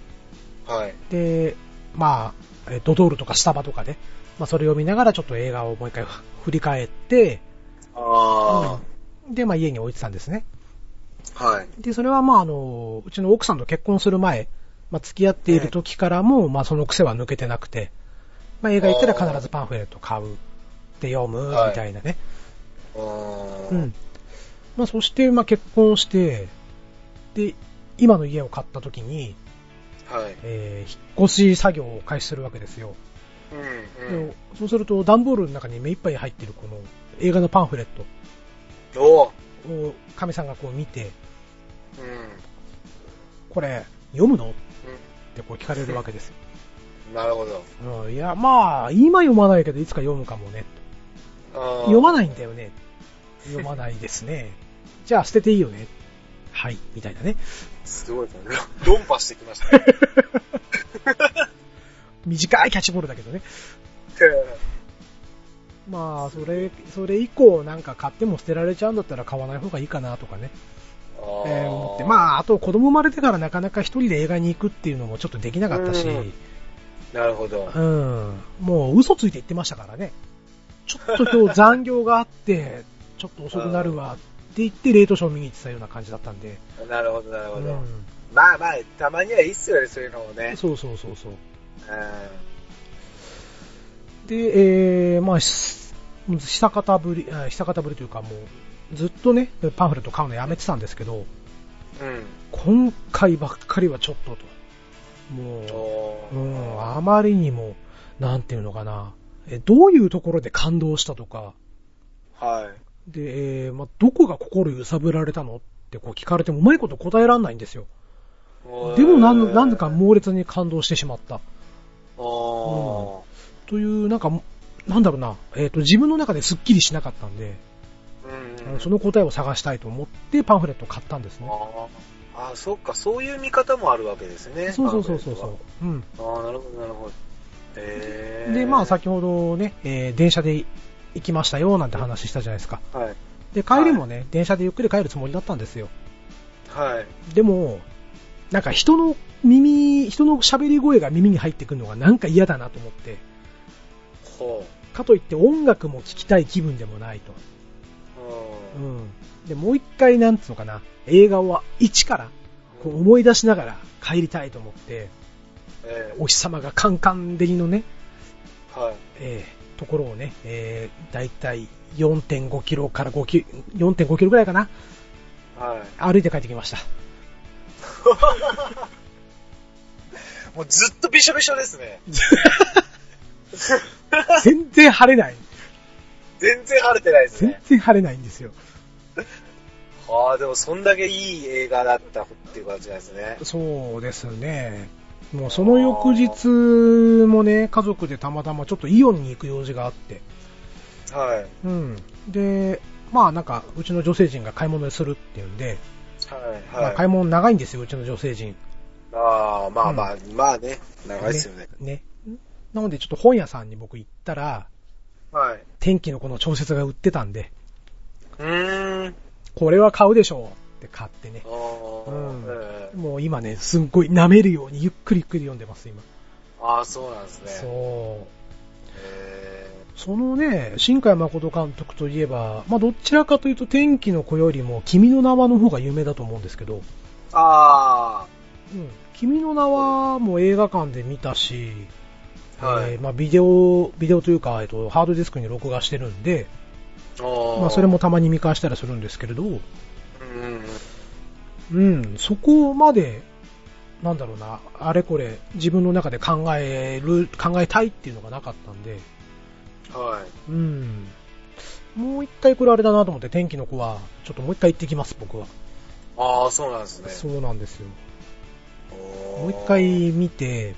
い。はい。で、まあ、えードドールとかスタバとかね、まあそれを見ながらちょっと映画をもう一回ふ 振り返って、あうんで、まあ家に置いてたんですね。あ、はい。で、それはまああの、うちの奥さんと結婚する前、まあ付き合っている時からも、まあその癖は抜けてなくて、まあ映画行ったら必ずパンフレット買う、で読む、はいみたいなね。あーうん。まあそして、まあ結婚して、で、今の家を買った時に、はい。えー引っ越し作業を開始するわけですよ。うん、でうん。そうすると、段ボールの中に目いっぱい入ってるこの映画のパンフレッおートを亀さんがこう見て、うん。これ読むのってこう聞かれるわけですよ。うん。なるほど。うん、いや、まあ、今読まないけど、いつか読むかもね。読まないないんだよね。読まないですね。 じゃあ捨てていいよね。はい、みたいなね。すごいですね。論破してきま したね。短いキャッチボールだけどね。まあ、それ、それ以降なんか買っても捨てられちゃうんだったら買わない方がいいかなとかね。あえーー思って。まあ、あと子供生まれてからなかなか一人で映画に行くっていうのもちょっとできなかったし、うんなるほど。うん。もう嘘ついて言ってましたからね。ちょっと今日残業があって、ちょっと遅くなるわって言って、レートショー見に行ってたような感じだったんで。なるほど、なるほうど。んまあまあ、たまにはいいっすよね、そういうのもね。そうそうそうそう。うで、えー、まあ、し久方ぶり、あ久方ぶりというかもう、ずっとね、パンフレット買うのやめてたんですけど、ん。うん。今回ばっかりはちょっとと。もおう、うん、ーあまりにも、なんていうのかな。え、どういうところで感動したとか、はい。で、えーまあ、どこが心揺さぶられたのってこう聞かれてもうまいこと答えらんないんですよ。でもなん、なんでか猛烈に感動してしまった。おという、なんか、なんだろうな、えっ、と、自分の中ですっきりしなかったんで、ーあうのん。その答えを探したいと思ってパンフレットを買ったんですね。あーあ、そっか、そういう見方もあるわけですね。そうそうそうそうそう。うん。パンフレットは。ああ、なるほど、なるほど。えー、で、まあ、先ほどね、えー電車で行きましたよ、なんて話したじゃないですか。はい。で、帰りもね、電車でゆっくり帰るつもりだったんですよ。はい。でも、なんか人の耳、人の喋り声が耳に入ってくるのがなんか嫌だなと思って、ほかといって音楽も聴きたい気分でもないと。うう。うん。ん。で、もう一回なんつうのかな、映画は一からこう思い出しながら帰りたいと思って、えお日様がカンカン照りのね、ー、はい。えーところをね、えー、だいたい4.5キロから5キロ、4.5キロぐらいかな、 は歩いて帰ってきました。い。もうずっとびしょびしょですね。 全然晴れない。全然晴れてないです全ね。然晴れないんですよ。ああ、でもそんだけいい映画だったっていう感じなんですね。そうですね。もうその翌日もね、家族でたまたまちょっとイオンに行く用事があって。はい。うん。で、まあなんか、うちの女性陣が買い物するっていうんで、はい、まはあい。買い物長いんですよ、うちの女性陣。ああ、まあまあ、まあね、長いですよね。ね。なのでちょっと本屋さんに僕行ったら、はい。天気のこの調節が売ってたんで、うーん。これは買うでしょうって買ってねあ。ーうんええもう今ね、すんごい舐めるようにゆっくりゆっくり読んでます、今。ああ、そうなんですね。そう。えそのね、新海誠監督といえば、まあどちらかというと天気の子よりも君の名はの方が有名だと思うんですけど、ーあうん、君の名はもう映画館で見たし、あ、はい。えーまあビデオ、ビデオというか、えっと、ハードディスクに録画してるんで、ままあそれも、たまに見返したりするんですけれど、うんうんうん、うん、そこまで、なんだろうな、あれこれ自分の中で考える、考えたいっていうのがなかったんで、はい。うん。もう一回これあれだなと思って、天気の子は、ちょっともう一回行ってきます、僕は。ああ、そうなんですね。そうなんですよ。ももう一回、見て、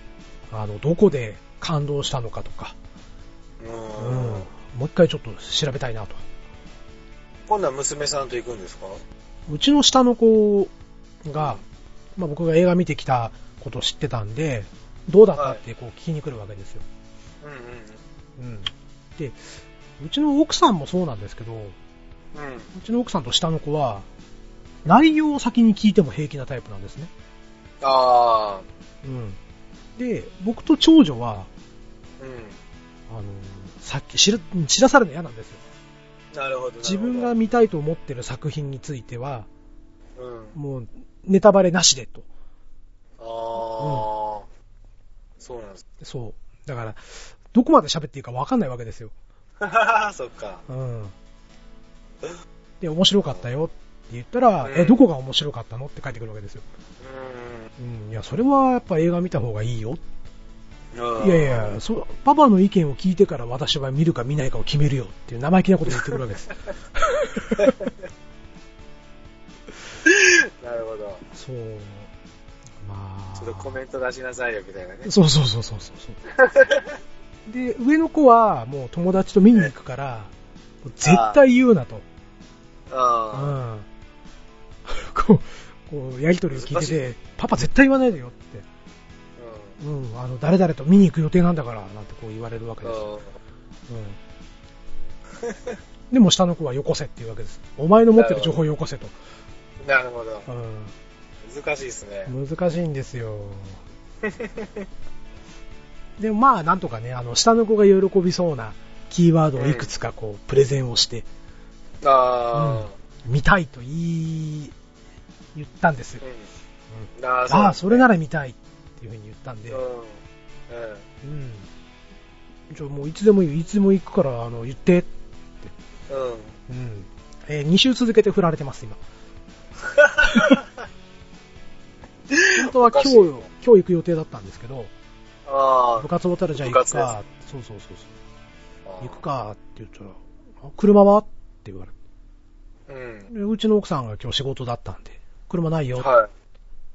あの、どこで感動したのかとか、ううんん。もう一回ちょっと調べたいなと。今度は娘さんと行くんですかうちの下の子が、まあ、僕が映画見てきたことを知ってたんで、どうだったってこう聞きに来るわけですよ。うんううんん。で、うちの奥さんもそうなんですけど、ううん。うん。ちの奥さんと下の子は、内容を先に聞いても平気なタイプなんですね。ああ、うん。で、僕と長女は、うん。あの、さっき知ら、知らされるの嫌なんですよ。なるほど。なるほど自分が、見たいと思ってる作品については、うん。もう、ネタバレなしでと。ああ、そうなんです。 そう。だから、どこまで喋っていいか分かんないわけですよ。そっか。うん。で、面白かったよって言ったら、うんえ、どこが面白かったのって返ってくるわけですよ。ううん、いや、それはやっぱ映画見た方がいいよ。んうん。いやいや、そパパの意見を聞いてから私は見るか見ないかを決めるよっていう生意気なこと言ってくるわけです。なるほど。そう。まあ。ちょっとコメント出しなさいよみたいなね。そうそうそうそうそうそう。で、上の子はもう友達と見に行くから、もう絶対言うなと。うあん。こう、こう、やりとりを聞い難てしいて、パパ絶対言わないでよって。あ。うん、あの、誰々と見に行く予定なんだから、なんてこう言われるわけうですよ。ん。うんうん。でも下の子はよこせっていうわけです。お前の持ってる情報をよこせと。 なるほど。う難しいですね。ん。難しいんですよ。でもまあ、なんとかね、あの、下の子が喜びそうなキーワードをいくつかこう、プレゼンをして、あ見たいと言い、言ったんですよー。うん。あーああ、それなら。ら見たいっていうふうに言ったんうで、ん。ううんん。ちょ、もういつでもいいよ、いつでも行くから、あの、言って、うん。うん。え2週続けて振られて ます、今。本当は今日、お今日行く予定だったんですけど、あ部活終わったらじゃあ行く部活か、そうそうそうそあ。う、行く。かって言ったら、あ車はって言われうん。て、でうちの奥さんが今日仕事だったんで、車ないよ、は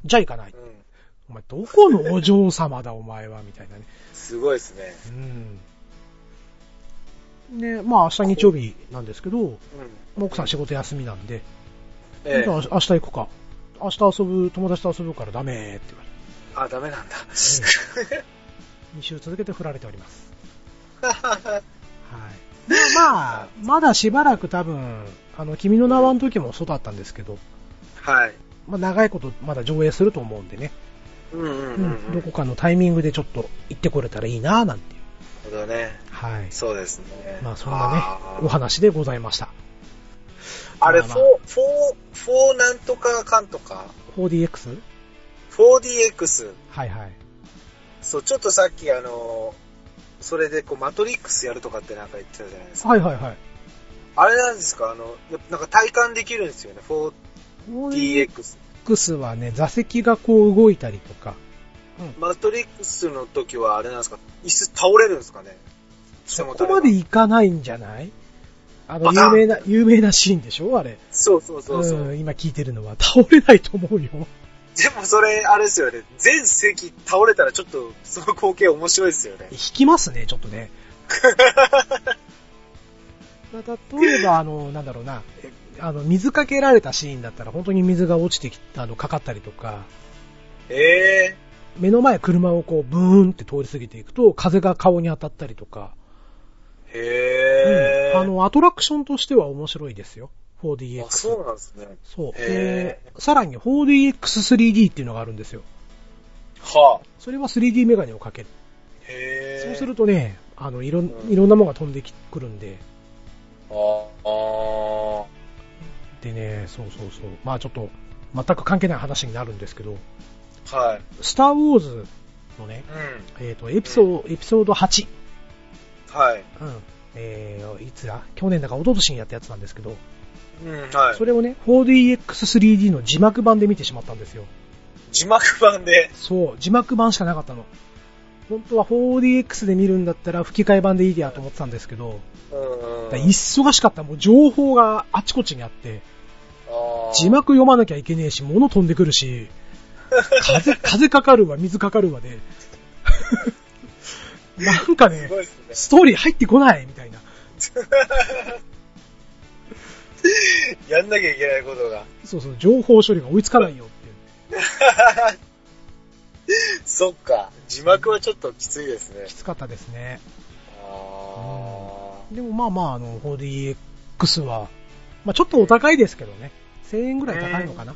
じゃあ行かないい。う。ん。お前、どこのお嬢様だ、お前は、みたいなね。すごいですね。うん。ね、まあ明日日曜日なんですけど、うん。まあ奥さん仕事休みなんで、ええじゃあ明日行くか。明日遊ぶ、友達と遊ぶからダメって言われて。あ、ダメ なんだ。 2週続けて振られております。はい。でまあ、まだしばらく多分、あの、君の名はの時もそうだったんですけど、はい。まあ長いことまだ上映すると思うんでね、うんうんううんん、。うどん。なるこかのタイミングでちょっと行ってこれたらいいなぁなんていう。ほどね。はい。そうですね。まあそんなねあ、ーお話でございました。あれ、まフあォまーあ、フォー、フォーなんとかかんとか、 4DX? 4DX。はいはい。そう、ちょっとさっきあの、それでこう、マトリックスやるとかってなんか言ってたじゃないですか。はいはいはい。あれなんですかあの、やっぱなんか体感できるんですよね。4、 DX。 X はね、座席がこう動いたりとか、マトリックスの時はあれなんですか椅子倒れるんですかねそこまでいいかないんじゃないあの、バタ有ン名な、有名なシーンでしょあれ。そうそうそうそう、ん、今聞いてるのは倒れないと思うよ。でもそれ、あれですよね。全席倒れたらちょっと、その光景面白いですよね引。きますね、ちょっと ね。まあ例えば、あの、なんだろうな、えあの、水かけられたシーンだったら、本当に水が落ちてきた、あの、かかったりとか、ええ目の前車をこう、ブーンって通り過ぎていくと、風が顔に当たったりとか、ー。へえ、うんあの、アトラクションとしては面白いですよ。4DX。あ、そうなんですね。そう。へで、さらに 4DX3D っていうのがあるんですよ。はあ。それは 3D メガネをかける。へえ。そうするとね、あの、いろんう、んいろんなものが飛んできくるんで。ああ。でね、そうそうそう。まあちょっと、全く関係ない話になるんですけど、はい。スターウォーズのね、うん。えっ、と、エピソード、エピソード8。はい。うん。えー、いつだ去年だか一昨年にやったやつなんですけど、うん、はい。それをね、4DX3D の字幕版で見てしまったんですよ。字幕版で。そう、字幕版しかなかったの。本当は 4DX で見るんだったら吹き替え版でいいやと思ってたんですけど、うんだから忙しかった。もう情報があちこちにあって、あー字幕読まなきゃいけねえし、物飛んでくるし、 風、風かかるわ、水かかるわで、 なんかすねご、いですね。 ストーリー入ってこないみたいな。やんなきゃいけないことが。そうそう、情報処理が追いつかないよっていう。そっか。字幕はちょっときついですねき。つかったですね。あでもまあまあ、あの、4DX は、まあちょっとお高いですけどね。1000円ぐらい高いのかな。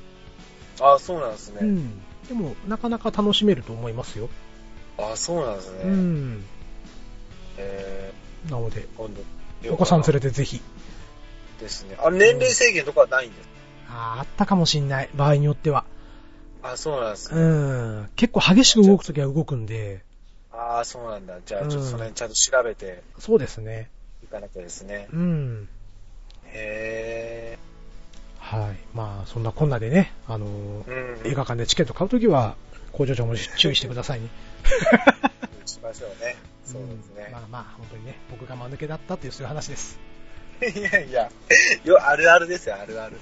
ーあー、そうなんですうね。ん。でも、なかなか楽しめると思いますよ。あーそうなんですね。うん。えなので、ー、今度。お子さん連れれてぜひ。ですね。あ、年齢制限とかはないんです。あーあったかもしんない。場合によっては。あ、そうなんですね。うん。結構激しく動くときは動くんで、ああ、そうなんだ。じゃあ、うんちょっとその辺ちゃんと調べてそうですね。いかなきゃですね。うん。へはい。まあ、そんなこんなでね、あのーえ。うん。映画館でチケット買うときは、工場長も注意してくださいね。しましょうね。 そうですんねま。あまあ、本当にね、僕が間抜けだったっていうそういう話です。いやいや、よ、あるあるですよ、あるある。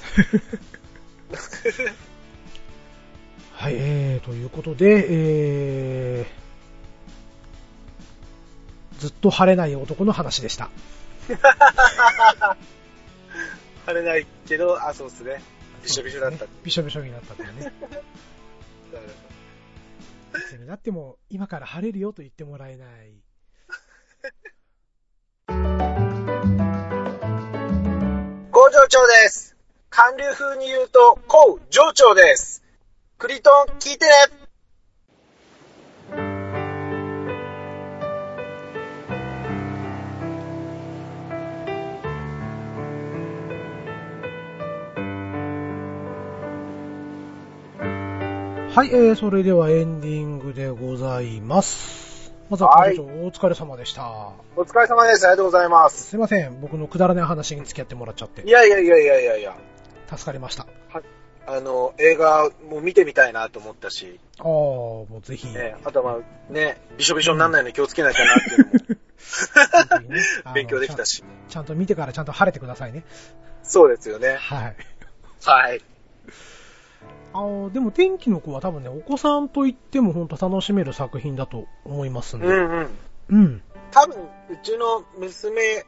はい、えー、ということで、えー、ずっと晴れない男の話でした。晴れないけど、あ、そうっすね。びしょびしょだった。びしょびしょになったっていうね。別になっても、今から晴れるよと言ってもらえない。工場長です。韓流風に言うと、工場長です。クリトン、聞いてねはい、えー、それではエンディングでございます。まずは、はい工場長お疲れ様でした。お疲れ様です。ありがとうございます。すいません、僕のくだらない話に付き合ってもらっちゃってい、やいやいやいやいやいや。助かりました。あの、映画も見てみたいなと思ったし、ああ、もうぜひ、ね、あとはまあね、びしょびしょにならないのに気をつけなきゃなっていうのも本当 にね勉強できあのたちし。ゃん。ちゃんと見てからちゃんと晴れてくださいね。そうですよね。はい。はい。あの、でも天気の子は多分ね、お子さんと言っても本当楽しめる作品だと思いますんうで。んうん。うん。多分、うちの娘、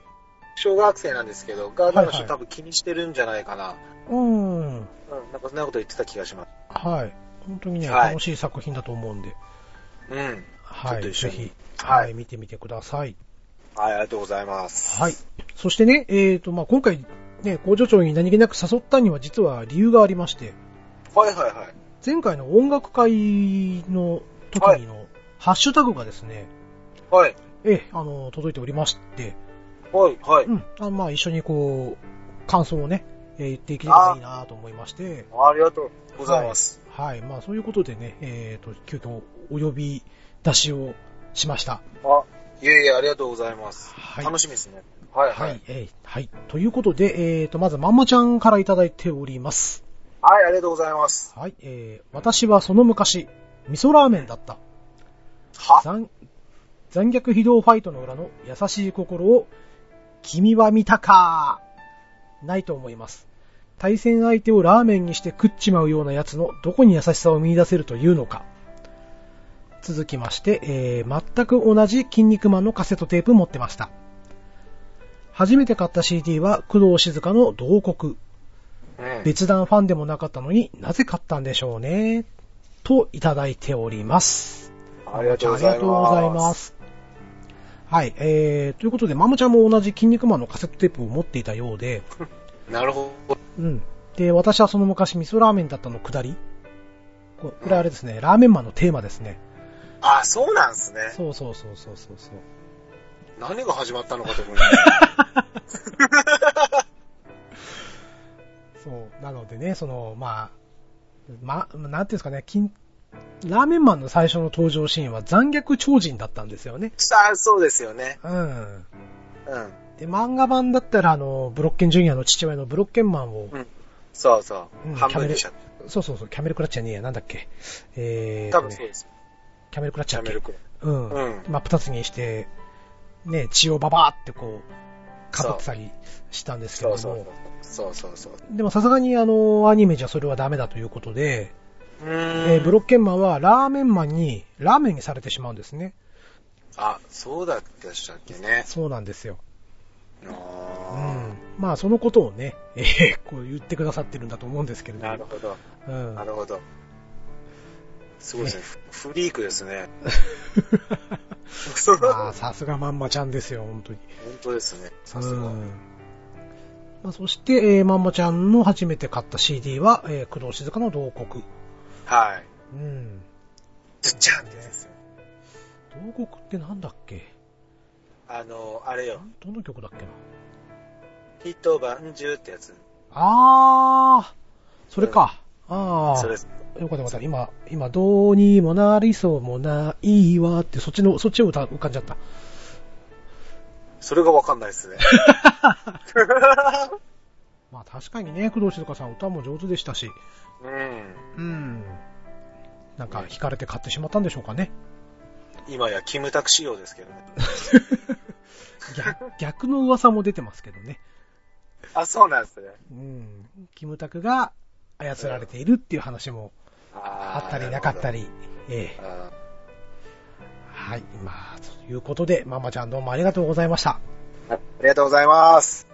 小学生なんですけど、が、なんかちょっと多分気にしてるんじゃないかな。うん。はい。うん、なんかそんなこと言ってた気がします。本当にね、はい楽しい作品だと思うんで。うん。はちょっとい。一緒ぜにひ、はい見てみてください。はい、ありがとうございます。はい。そしてね、えっ、と、まあ、今回、ね、工場長に何気なく誘ったには実は理由がありまして、はいはいはい。前回の音楽会の時のハッシュタグがですね、はい。ええ、あの、届いておりまして、はい、はい。うん。あまあ、一緒にこう、感想をね、えー言っていければいいなと思いまして、ありがとうございます。はい。まあ、そういうことでね、えっ、と、急遽お呼び出しをしました。あ、いえいえ、ありがとうございます。はい楽しみですね。はい、はい。えーはい。ということで、えっ、と、まず、まんまちゃんからいただいております。はい、ありがとうございます。はい、えー、私はその昔、味噌ラーメンだった。は残、残虐非道ファイトの裏の優しい心を、君は見たかないと思います。対戦相手をラーメンにして食っちまうような奴のどこに優しさを見出せるというのか。続きまして、えー、全く同じ筋肉マンのカセットテープ持ってました。初めて買った CD は工藤静香の同国。うん。別段ファンでもなかったのになぜ買ったんでしょうね。といただいております。ありがとうござありいます。がとうございま。す。はい、えー、ということで、マムちゃんも同じ筋肉マンのカセットテープを持っていたようで、なるほど。うん。で、私はその昔、味噌ラーメンだったのくだり。ここれあれですね、ラーメンマンのテーマですね。あ、そうなんすね。そうそうそうそうそうそう。何が始まったのかと思いました。そう。なのでね、その、まあ、ま、なんていうんですかね、筋、ラーメンマンの最初の登場シーンは残虐超人だったんですよね。 さあ、そうですよね。うん。うん。で、漫画版だったら、あの、ブロッケンジュニアの父親のブロッケンマンを、そうそう。うん半分にしちゃっそうそうそう、キャメルクラッチャーねえや、なんだっけ。えーた。と多分そうね、です。キャメルクラッチキャーャだメっけル君。うん。うん。まあ、二つにして、ね、血をババーってこう、かぶってたりしたんですけれそうどそうも。そう。そうそうそでもさすがにあの、アニメじゃそれはダメだということで、う。うーえーブロロッケンマンはラーメンマンに、ラーメンにされてしまうんですね。あ、そうだったでしたっけね。そうなんですよ。うあん。まあ、そのことをね、 えーこう言ってくださってるんだと思うんですけれーども。なるほど。うんな。るほど。すごいですね。フフリークで すね。 まあ、本さすがまんまちゃんですよ、本当に。当ですね。さすが。うんまあ、そして、えーまんまちゃんの初めて買った CD は、えー工藤静香の同国。はい。うん。ずっちゃんってやつですよ。同国ってなんだっけあの、あれよ。どの曲だっけな一晩中ってやつ。あー、それか。あそれー。です。よかったよかった。今、今、どうにもなりそうもないわって、そっちの、そっちを歌浮かんじゃった。それがわかんないですね。まあ確かにね、工藤静香さん歌も上手でしたし、ううん。ん。なんか惹かれて買ってしまったんでしょう かね。今やキムタク仕様ですけどね。逆逆の噂も出てますけどね。あ、そうなんですね。うん、キムタクが操られているっていう話もああったりなかったり。り、ええあはい、まあ、ということで、ママちゃんどうもありがとうございました。ーありがとうございます。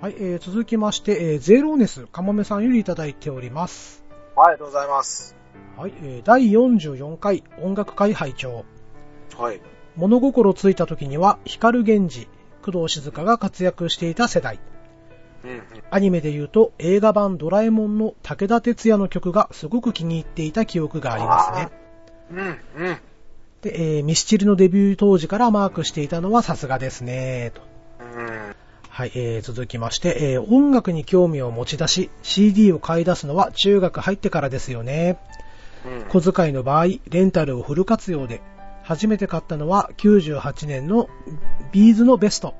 はい、えー、続きまして、えー、ゼローネス、かもめさんよりいただいております。はいありがとうございます。はい、えー、第44回音楽会拝聴はい。物心ついた時には、光源氏、工藤静香が活躍していた世代。うんうん。アニメで言うと、映画版ドラえもんの武田鉄矢の曲がすごく気に入っていた記憶がありますね。うん、うん。で、えーミスチルのデビュー当時からマークしていたのはさすがですね、と。うん。はい、えー、続きまして、えー音楽に興味を持ち出し、CD を買い出すのは中学入ってからですよね。うん小遣いの場合、レンタルをフル活用で、初めて買ったのは98年のビーズのベスト、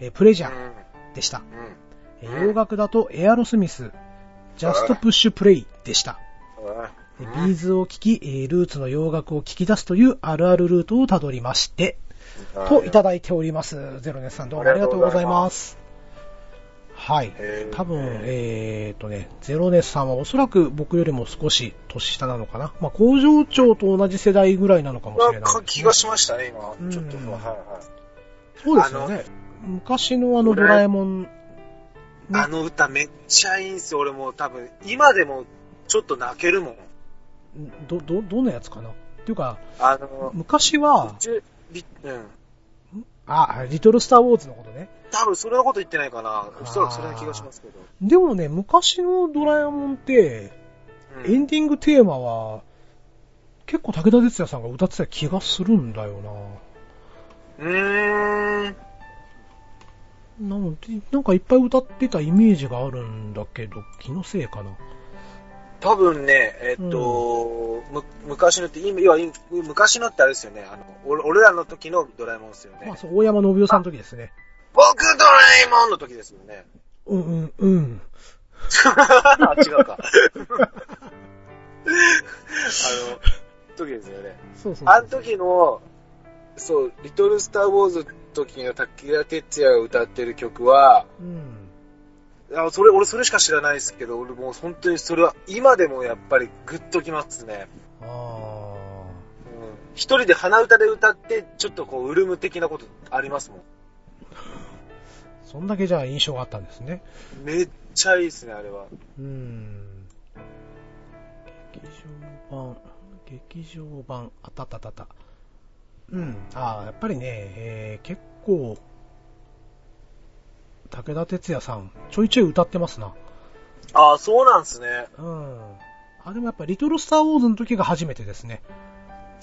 えープレジャーでした。うん。うん。えー洋楽だとエアロスミス、ジャストプッシュプレイでした。でビーズを聴き、えールーツの洋楽を聴き出すというあるあるルートをたどりまして、といただいております。ゼロネスさんどうもありがとうございます。はい。へー多分、えー、とね、ゼロネスさんはおそらく僕よりも少し年下なのかな。まあ、工場長と同じ世代ぐらいなのかもしなれんないかです気ね、がしましたね、今。うんちょっと、はいはそうですよね。昔のあのドラえもん、ね、い。あの歌めっちゃいいんすよ、俺もう多分、今でもちょっと泣けるもん。ど、ど、どんなやつかなっていうか、あの、昔は、ちゅびうん。あ、リトルスターウォーズのことね。多分それのこと言ってないかな。おそらくそれな気がしますけど。でもね、昔のドラえもんって、うんエンディングテーマは、結構武田鉄矢さんが歌ってた気がするんだようーん。な。なので、なんかいっぱい歌ってたイメージがあるんだけど、気のせいかな。多分ね、えっと、む昔のって、今、要は今昔のってあれですよね。あの俺俺らの時のドラえもんですよね。まあ、そう、大山信代さんの時ですね。僕ドラえもんの時ですよね。 うんうんうん。あ、違うか。あ の、時ですよね。そうそうそうあの時の、そう、リトルスターウォーズの時の滝田哲也が歌ってる曲は、うん。あそれ、俺それしか知らないですけど、俺もう本当にそれは、今でもやっぱりグッときますね。あうん一人で鼻歌で歌って、ちょっとこう、うるむ的なことありますもん。あ。そんだけじゃあ印象があったんですね。めっちゃいいですね、あれは。うん。劇場版、劇場版、あったあったあったあった。うん。ああ、やっぱりね、えー結構、武田鉄矢さん、ちょいちょい歌ってますな。ああ、そうなんですね。うん。あ、でもやっぱ、リトルスターウォーズの時が初めてですね。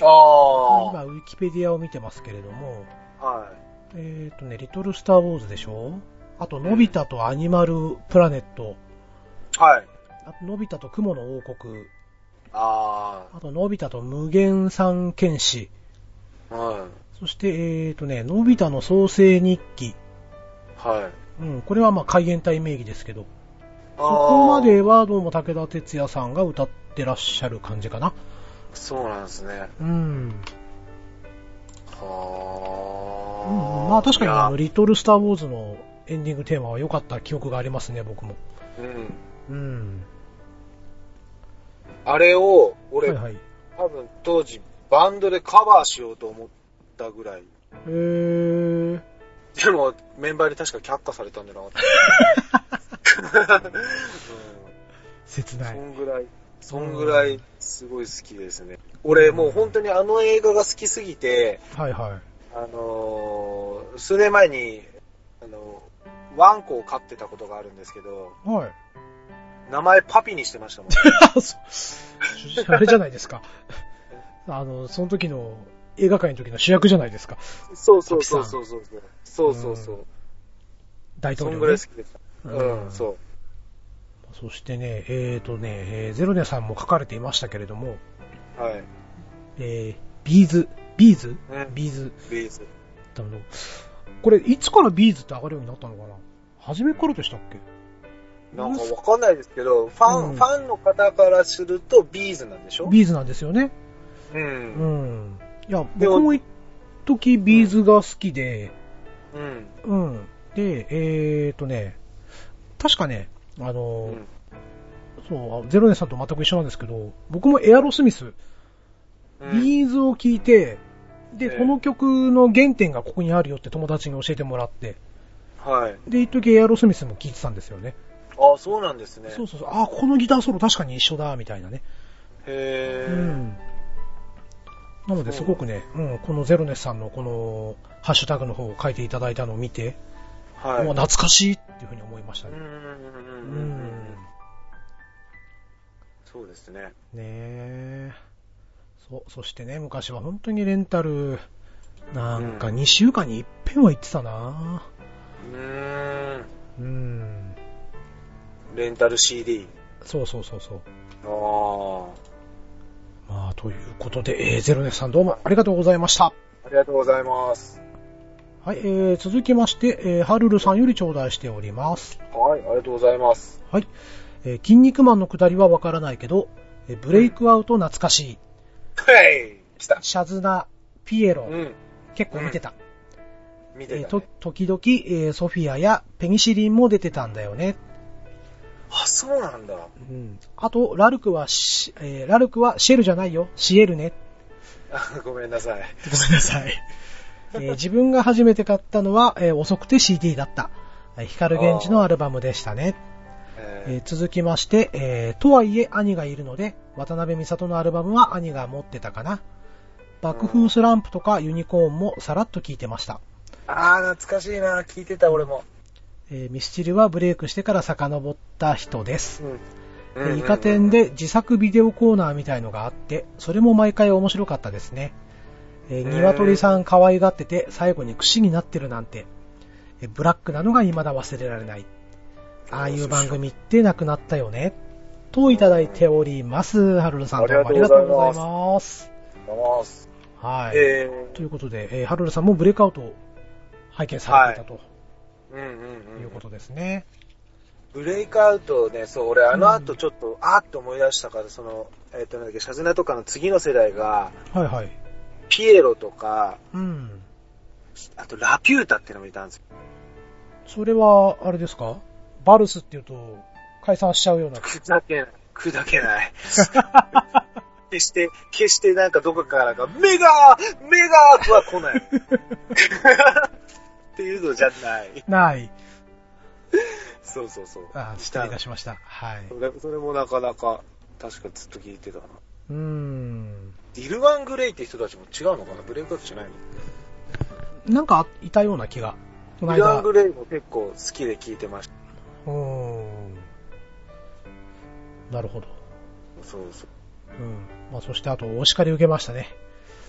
ああ。今、ウィキペディアを見てますけれども、はえっ、とね、リトルスターウォーズでしょあと、のび太とアニマルプラネット、い。はい。あと、のび太と雲の王国、ああと、のび太と無限三剣士、あ。はい。そして、えっ、とね、のび太の創世日記。はい。うん、これはまあ、海援隊名義ですけど、そそこまではどうも武田鉄矢さんが歌ってらっしゃる感じかな。そうなんですね。うん。はうんうんまあ確かにあの、理。リトル・スター・ウォーズのエンディングテーマは良かった記憶がありますね、僕も。ううん。ん。あれを、はい俺、はい。多分当時、バンドでカバーしようと思ったぐらい。えー、でも、メンバーに確か却下されたんじ ゃなかった。切うん、なそい。んぐらい、そんぐらい、すごい好きですね。俺、もう本当にあの映画が好きすぎて、はいはい。あのー数年前に、あのーワンコを飼ってたことがあるんですけど、 はい。名前パピにしてましたもん。あそうあれじゃないですか。 あの、その時の、映画界の時の主役じゃないですか。 そうそうそうそうそう。そうそうそう。大そ統領、んぐらねい好。きでした。うん、そう。そしてね、えーとね、えーゼロネさんも書かれていましたけれども、はい。えー、ビーズ、ビーズうんビーズビーズ。あの、これ、いつからビーズって上がるようになったのかな初めからでしたっけなんかわかんないですけど、ファン、うんファンの方からするとビーズなんでしょビーズなんですよね。う。うんん。いや、で僕も一時ビーズが好きで、うん。うん。で、えーとね、確かね、あうの、ん。そう、ゼロネさんと全く一緒なんですけど、僕もエアロスミス、ビーズを聴いて、で、ええこの曲の原点がここにあるよって友達に教えてもらって、はい。で、一時エアロスミスも聴いてたんですよね。あ、そうなんですね。そうそうそう、あ、このギターソロ確かに一緒だ、みたいなね。へうー。ん。なので、すごくね、うん、このゼロネスさんのこの、ハッシュタグの方を書いていただいたのを見て、はい。もう懐かしいっていうふうに思いましたうんうね。んうんううんうんうんん。そうですね。ねえ。そう、そしてね、昔は本当にレンタル、なんかうん2週間に一遍は行ってたなうーん。うん。レンタル CD。そうそうそうそう。ああ。まあ、ということで、えー、ゼロネスさんどうもありがとうございました。ありがとうございます。はい、えー、続きまして、えー、ハルルさんより頂戴しております。はい、ありがとうございます。はい。えー、筋肉マンのくだりはわからないけど、えーブレイクアウト懐かしい。はい、来た。シャズナ、ピエロ、うん、結構見てた。見えてーた、とね。、時々、えー、ソフィアやペニシリンも出てたんだよね。あ、そうなんだ。う ん。あと、ラルクはし、えー、ラルクはシェルじゃないよ。シエルね。あごめんなさごい。めんなさい。 えー自分が初めて買ったのは、えー遅くて CD だった。えー光源氏のアルバムでしたね。ええー続きまして、えーとはいえ兄がいるので、渡辺美里のアルバムは兄が持ってたかな。爆風スランプとかユニコーンもさらっと聞いてました。ー、あー、懐かしいな。聞いてた、俺も。えーミスチルはブレイクしてから遡った人です。うえーイカ天。で自作ビデオコーナーみたいのがあって、それも毎回面白かったですね。えー、うん鶏さん可愛がってて、最後に串になってるなんて。えーブラックなのが未だ忘れられない。ああいう番組ってなくなったよね。といただいております。ハルルさんどうもあありりががととううごござざいいます。どうもす。はい。えということで、えーハルルさんもブレイクアウトを拝見されていたとー、うんうんうん。いうことですね。ブレイクアウトね、そう、俺あの後ちょっと、あーっと思い出したから、その、えっ、と、なんだっけ、シャズナとかの次の世代が、はいはい。ピエロとか、うん。あとラピュータってのもいたんですよ。それは、あれですかバルスっていうと、解散しちゃうような。砕けない。砕けない。決して、決してなんかどこからか、メガーメガーとは来ない。っていうのじゃない。ない。そうそうそう。あー失礼いたしました。はい。それそれもなかなか、確かずっと聞いてたな。うーん。ディル・ワン・グレイって人たちも違うのかなブレイクアウトじゃないのなんか、いたような気が。このディル・ワン・間。グレイも結構好きで聞いてました。うーん。なるほど。そうそうん。まあ、そしてあと、お叱り受けましたね。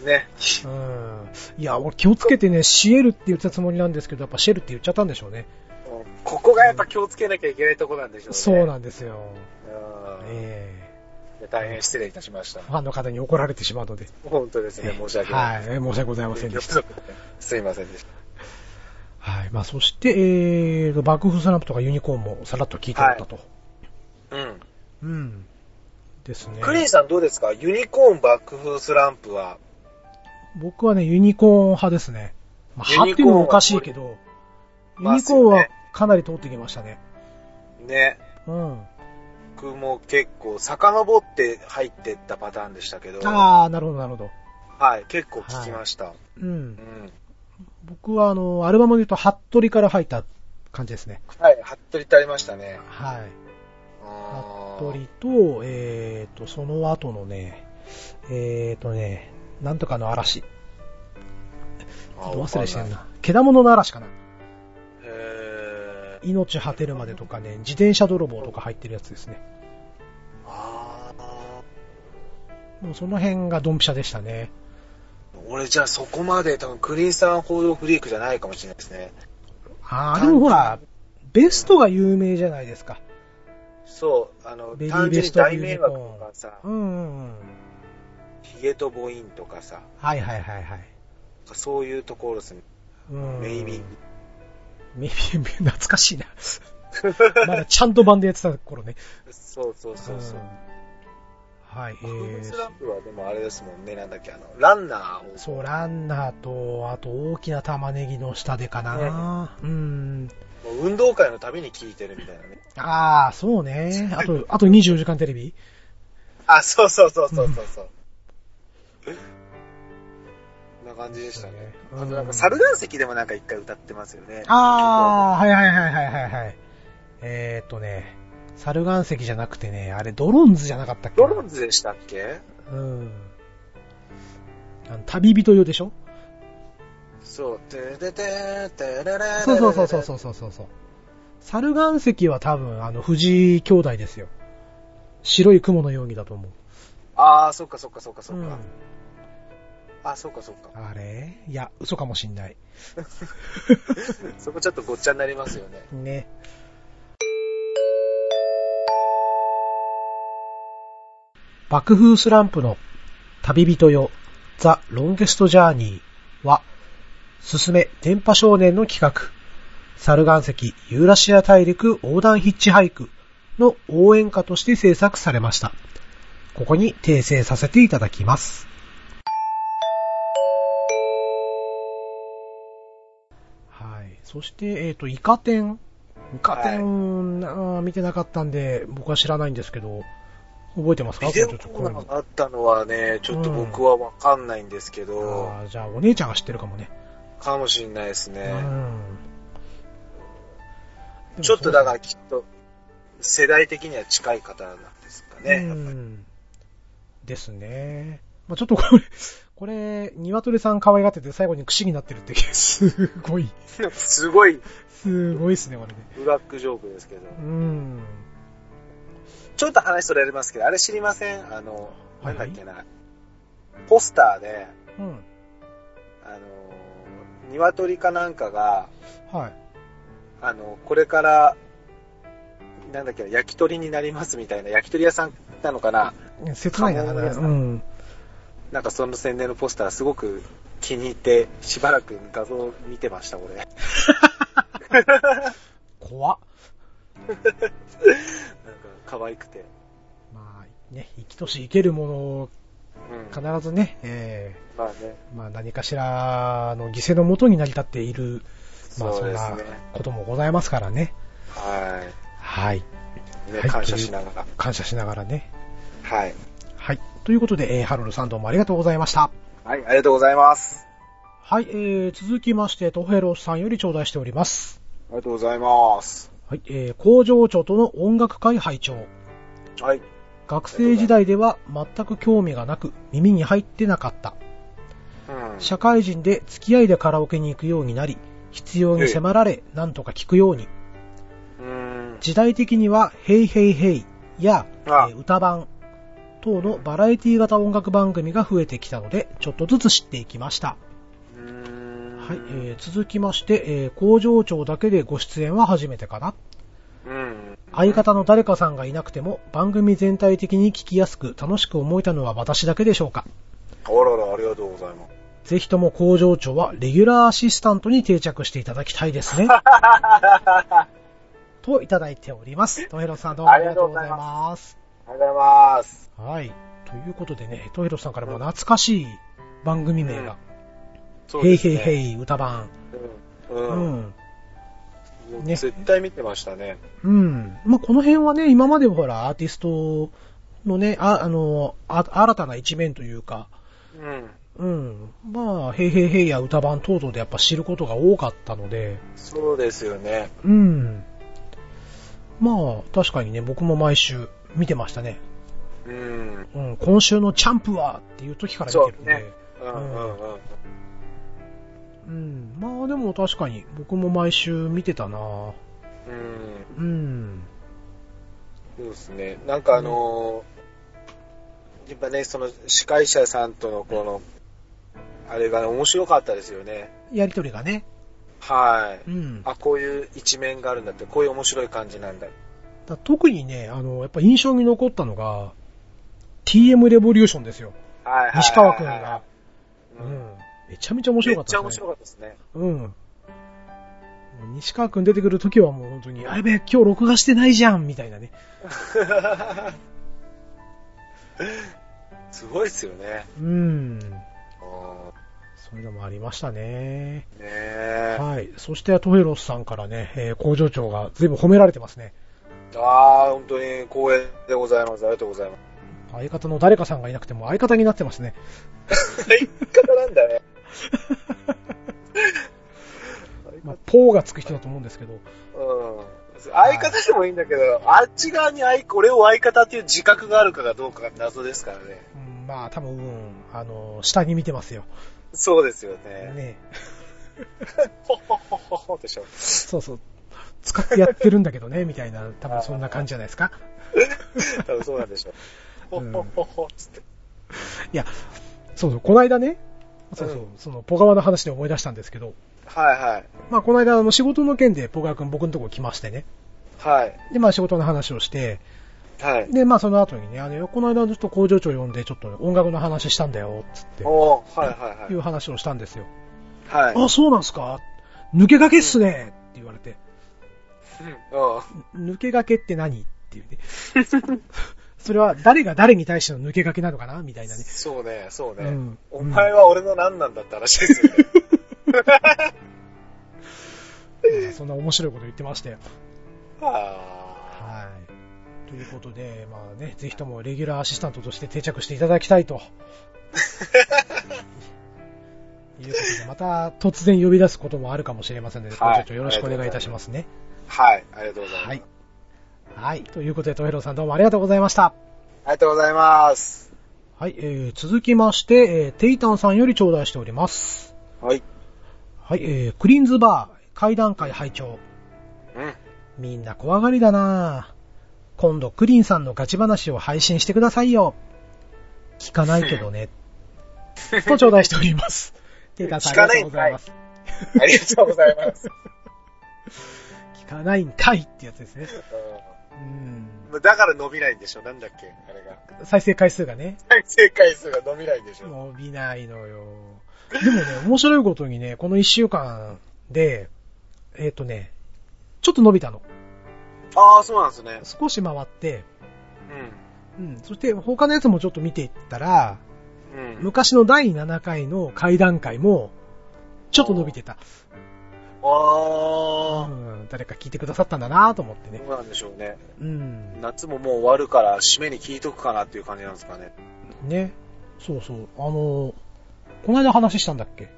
う。ね。うん。いや、俺気をつけてね、シエルって言ってたつもりなんですけど、やっぱシェルって言っちゃったんでしょうね。ここがやっぱ気をつけなきゃいけないとこなんでしょうね。そううんなんですよ。え大変失礼いたしましたえ。ファンの方に怒られてしまうので。本当ですね、申し訳ない。はい、えー申し訳ございませんでした。 すいませんでした。はい。まあ、そして、えー、爆風スランプとかユニコーンもさらっと聞いておったと。ううん。ん。ですね。クリーンさんどうですかユニコーンバック風スランプは。僕はね、ユニコーン派ですね。まあ、ユニコ派っていうーンはのもおかしいけど、ユニコーンまあはそうねかなり通ってきましたね。ね。うん。僕も結構遡って入ってったパターンでしたけど。はあー、なるほど、なるほど。い、結構聞きました。うんう。ん。僕は、あの、アルバムで言うと、ハットリから入った感じですね。はい、服部ってありましたね。はい。あ服ー部と、えーと、その後のね、えーとね、なんとかの嵐。ちょっと忘れしてん。あな。けだものの嵐かな。ーわかんないへー。命果てるまでとかね、自転車泥棒とか入ってるやつですね。あーもうその辺がドンピシャでしたね。俺じゃあそこまで多分クリーンさん報道フリークじゃないかもしれないですね。あー、でもほら、ベストが有名じゃないですか。そう、あのベリ、ー単純ベにスト大迷惑とかさ、うんうんうん。ヒゲとボインとかさ、はいはいはいはい。そういうところですね。うん。メイビー。メイビー、懐かしいな。 まだちゃんと版でやってた頃ね。そうそうそうそう。うんはい、えフースラー、ンプはでもあれですもんね、なんだっけ、あの、ランナーを。そう、ランナーと、あと大きな玉ねぎの下でかな。うん。もう運動会のために聞いてるみたいなね。ああ、そう ね。あと、あと24時間テレビあ、そうそうそうそうそうそう。こんな感じでしたね。うんあとなんか、猿岩石でもなんか一回歌ってますよね。ああ、はいはいはいはいはいはい。えーっとね、猿岩石じゃなくてね、あれドロンズじゃなかったっけドなロンズでしたっけうん。あの旅人用でしょそう。てれてててれれれそうそうそうそうそうそうそうそう。猿岩石は多分、あの、藤井兄弟ですよ。白い雲の容疑だと思う。ああ、そっかそっかそっかそっうかん。あ、そっかそっか。あれいや、嘘かもしんない。そこちょっとごっちゃになりますよね。ね。爆風スランプの旅人よ、ザ・ロンゲスト・ジャーニーは、すすめ電波少年の企画、猿岩石ユーラシア大陸横断ヒッチハイクの応援歌として制作されました。ここに訂正させていただきます。はい。そして、えっ、と、イカ天。イカ天、あー見てなかったんで、僕は知らないんですけど、覚えてますかビデオこれちょっとコーナこーがあったのはね、ちょっと僕はわかんないんですけういうのど、あーじゃあ、お姉ちゃんが知ってるかもね。かもしんないですうね。ん。ちょっとだからきっと、世代的には近い方なんですかね。うやっぱりん。ですね。まあ、ちょっとこれ、 これ、鶏さん可愛がってて最後に串になってるって、すごい、すごいすごいですね、これね。ブラックジョークですけど。うん。ちょっと話それますけど、あれ知りませんあの、はないはんだいっけな。ポスターで、うん。あのー、鶏かなんかが、はい。あの、これから、なんだっけな、焼き鳥になりますみたいな、焼き鳥屋さんなのかな切ないな、可愛いですうねん。なんかその宣伝のポスターすごく気に入って、しばらく画像見てました、俺。怖っ。なんか可愛くて、まあ、ね、生きとし生けるものをう必ん、ずね、えまあね、ーまあ何かしらの犠牲のもとに成り立っている、まあそそうんですなね、こともございますからね。ははい。い、ねはい感謝しながら、感謝しながらね。はい、はい。ということで、えーハロルさんどうもありがとうございました。はい、ありがとうございます。はい、えー続きまして、トヘロさんより頂戴しております。ありがとうございます。はい、えー工場長との音楽会拝聴はい、学生時代では全く興味がなく、耳に入ってなかった。うん、社会人で付き合いでカラオケに行くようになり、必要に迫られ、なんとか聞くように。うん、時代的には、ヘイヘイヘイや、えあー歌版等のバラエティ型音楽番組が増えてきたので、ちょっとずつ知っていきました。うん、はい、えー続きまして、えー工場長だけでご出演は初めてかな。うん、相方の誰かさんがいなくても、番組全体的に聞きやすく楽しく思えたのは私だけでしょうか。あらら、ありがとうございます。ぜひとも工場長はレギュラーアシスタントに定着していただきたいです ね。といただいております。トヘロさんどうもありがとうございます。ありがとうございます。はい。ということでね、トヘロさんからも懐かしい番組名が、そヘイヘイヘイ。イ歌版。う。うんん。うんね絶対見てましたね。うん。まあ、この辺はね、今までもほら、アーティストのね、あ、あの、あ新たな一面というか、うん。うん。まあ、ヘイヘイヘイや歌版等々でやっぱ知ることが多かったので、そうですよね。うん。まあ、確かにね、僕も毎週見てましたね。うん。うん、今週のチャンプはっていう時から見てるんで。そうねうんうんうん。うん。まあ、でも確かに、僕も毎週見てたなうん。うん。そうですね。なんかあのーやっぱね、その司会者さんとのこの、あれがね、面白かったですよね。やりとりがね。はい。うん。あ、こういう一面があるんだって、こういう面白い感じなんだ。だ特にね、あの、やっぱ印象に残ったのが、TM レボリューションですよ。はいはいはいはい。西川くんが。ううん。ん。めちゃめちゃ面白めかっっちゃた面ですね。白かったですね。うん。もう西川くん出てくるときはもう本当に、あやべえ、今日録画してないじゃんみたいなね。すごいですよね。うん。うんそういうのもありましたね。ねえ。はい。そして、トヘロスさんからね、えー工場長が随分褒められてますね。ああ、本当に光栄でございます。ありがとうございま相方の誰かさんがいなくても相方になってますね。す。相方なんだね。まあ、ポーがつく人だと思うんですけど。うん。相方でもいいんだけど、あっち側に相俺を相方っていう自覚があるかがどうかが謎ですからね。うん、まあ、多分、うんあの、下に見てますよ。そうですよね。ね。 ほほほほほでしょ。そうそう。使ってやってるんだけどね、み たいな、多分そんな感じじゃないですか。多分そうなんでしょ。ほうんほほほつって。いや、そうそう、この間ね、そうそううん、その、ポガワの話で思い出したんですけど、はいはい。ままあ、この間、あの、仕事の件でポガワくん僕のとこ来ましてね、はい。で、まあ、仕事の話をして、はい。で、まあ、その後にね、あの、この間、ちょっと工場長呼んで、ちょっと音楽の話したんだよ、つって、おー、はいはいいうは話をしたんですよ。い。はい。あ、そうなんすか抜け駆けっすねって言われて、うん。抜け駆けって何っていうね。 それは誰が誰に対しての抜け駆けなのかなみたい なね。そうね、そうね。うんお前は俺の何なんだって話ですよね。まあそんな面白いこと言ってましたよ。 あはい。ということで、まあね、ぜひともレギュラーアシスタントとして定着していただきたい と。いうことで、また突然呼び出すこともあるかもしれませんので、はいちょっとよろしくお願いいたしますね。ーはい、ありがとうございます。はい。はい。ということで、トヘロさんどうもありがとうございました。ありがとうございます。はい、えー、続きまして、えー、テイタンさんより頂戴しております。はい。はい、えー、クリーンズバー、階段階拝聴うん。みんな怖がりだなぁ今度クリンさんのガチ話を配信してくださいよ。聞かないけどね。と頂戴しております。 テイタンさん聞かあなりいがとうんござかいいます。ありがとうございます。聞かないんかいってやつですね。うん。うんだから伸びないんでしょ、なんだっけ、あれが。再生回数がね、再生回数が伸びないんでしょ。伸びないのよ。でもね、面白いことにね、この一週間で、えっ、とね、ちょっと伸びたの。ああ、そうなんですね。少し回って、ううん、そして他のやつもちょっと見ていったら、ん。うん。昔の第7回の会談会も、ちょっと伸びてた。うああ、ん、誰か聞いてくださったんだなと思ってねど。うなんでしょうね。うん。夏ももう終わるから、締めに聞いとくかなっていう感じなんですかね。ね。そうそう。あのーこの間話したんだっけ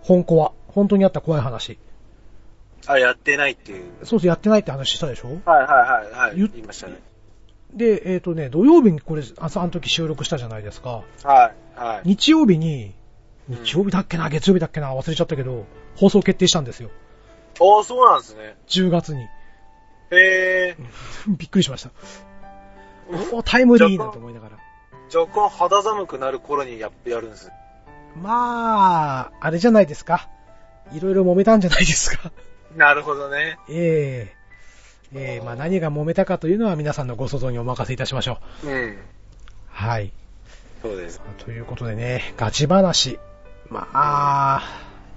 本コは。本当にあった怖い話。あ、やってないっていう。そうそう、やってないって話したでしょはいはいはいはい。言っ言いましたね。で、えっ、とね、土曜日にこれ、ああの時収録したじゃないですか。はい、はい。日曜日に、うん日曜日だっけな、月曜日だっけな、忘れちゃったけど、放送決定したんですよ。ああ、そうなんですね。 10月に。へえ。びっくりしました。おタイムリーなんて思いながら。若干肌寒くなる頃にやっやるんです。まあ、あれじゃないですか。いろいろ揉めたんじゃないですか。 なるほどね。ええええまあ何が揉めたかというのは皆さんのご想像にお任せいたしましょう。うん。はい。そうです。ということでね、ガチ話。まあ、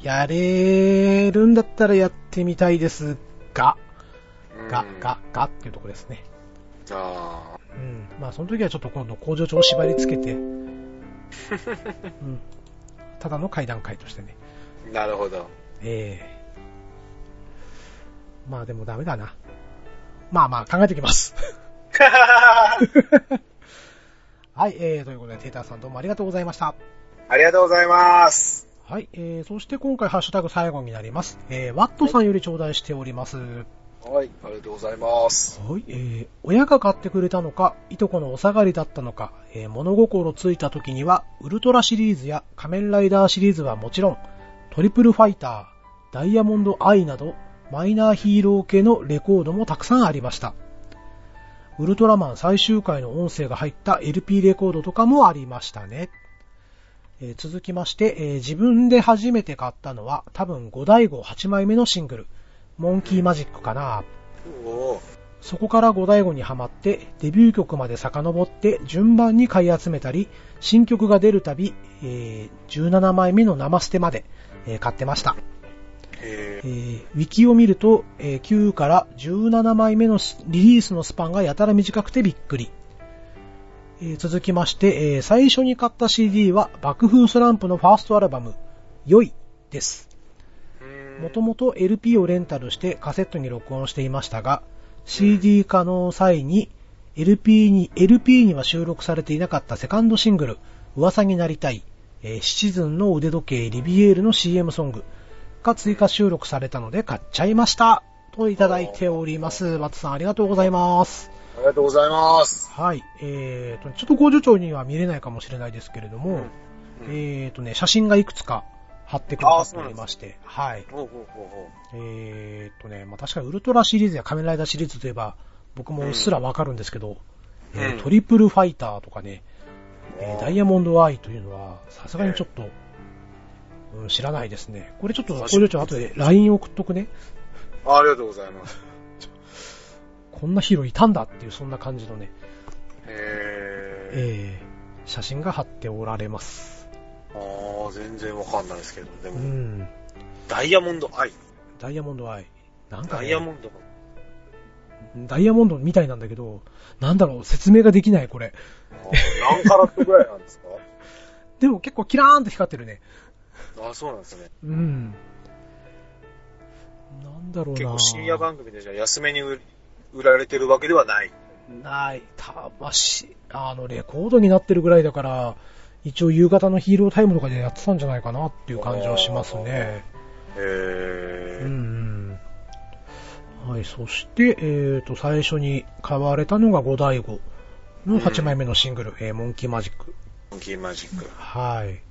やれるんだったらやってみたいですが、うんが、が、がっていうとこですね。あうん。まあその時はちょっと今度工場長を縛り付け て、うん。ただの会談会としてね。あ、なるほど。ええまあでもダメだな。まあまあ考えてきます。 はい、えー、ということで、テーターさんどうもありがとうございました。 ありがとうございます。はい、えー、そして今回ハッシュタグ最後になります。えー、ワットさんより頂戴しております。ははい、ありがとうございます。い、えー、親が買ってくれたのか、いとこのお下がりだったのか、えー、物心ついた時には、ウルトラシリーズや仮面ライダーシリーズはもちろん、トリプルファイター、ダイヤモンドアイなど、マイナーヒーロー系のレコードもたくさんありました。ウルトラマン最終回の音声が入った LP レコードとかもありましたね。えー続きまして、えー自分で初めて買ったのは多分5代号8枚目のシングル、モンキーマジックかな。おおそこから5代号にハマって、デビュー曲まで遡って順番に買い集めたり、新曲が出るたび、えー17枚目の生捨てまで、えー買ってました。へええ。ーウィキを見ると、えー9から17枚目のスリリースのスパンがやたら短くてびっくり。えー続きまして、えー最初に買った CD は爆風スランプのファーストアルバム、良いです。もともと LP をレンタルしてカセットに録音していましたが、CD 化の際に LP に、LP には収録されていなかったセカンドシングル、噂になりたい、えーシチズンの腕時計リビエールの CM ソングが追加収録されたので買っちゃいました。といただいております。ワッツさんありがとうございます。ありがとうございます。はい。えーと、ちょっと工場長には見れないかもしれないですけれども、うんえーとね、写真がいくつか貼ってくださっておりまして、はい。ほうほうほうほえーっとね、まあ、確かにウルトラシリーズや仮面ライダーシリーズといえば、僕もうっすらわかるんですけど、うんえーうんトリプルファイターとかね、えーあーダイヤモンドアイというのは、さすがにちょっと、うん、知らないですね。これちょっと確か工に場長後で LINE 送っとくね。う。あありがとうございます。こんなヒーローいたんだっていう、そんな感じのね、へえ。えー写真が貼っておられます。ああ、全然わかんないですけど、でうも、ん。ダイヤモンドアイ。ダイヤモンドアイ。なんか、ダね、イヤモンド。ダイヤモンドみたいなんだけど、なんだろう、説明ができない、これ。あー何カラットぐらいなんですかでも結構キラーンと光ってるね。ああ、そうなんですね。うん。なんだろうな結構深夜番組でじゃあ安めに売り売られてるわけではない。ない。たまし、あの、レコードになってるぐらいだから、一応夕方のヒーロータイムとかでやってたんじゃないかなっていう感じはしますね。へうえ。んうん。はい、そして、えーと、最初に買われたのが五代五の8枚目のシングル、えーモンキーマジック。モンキーマジック。はい。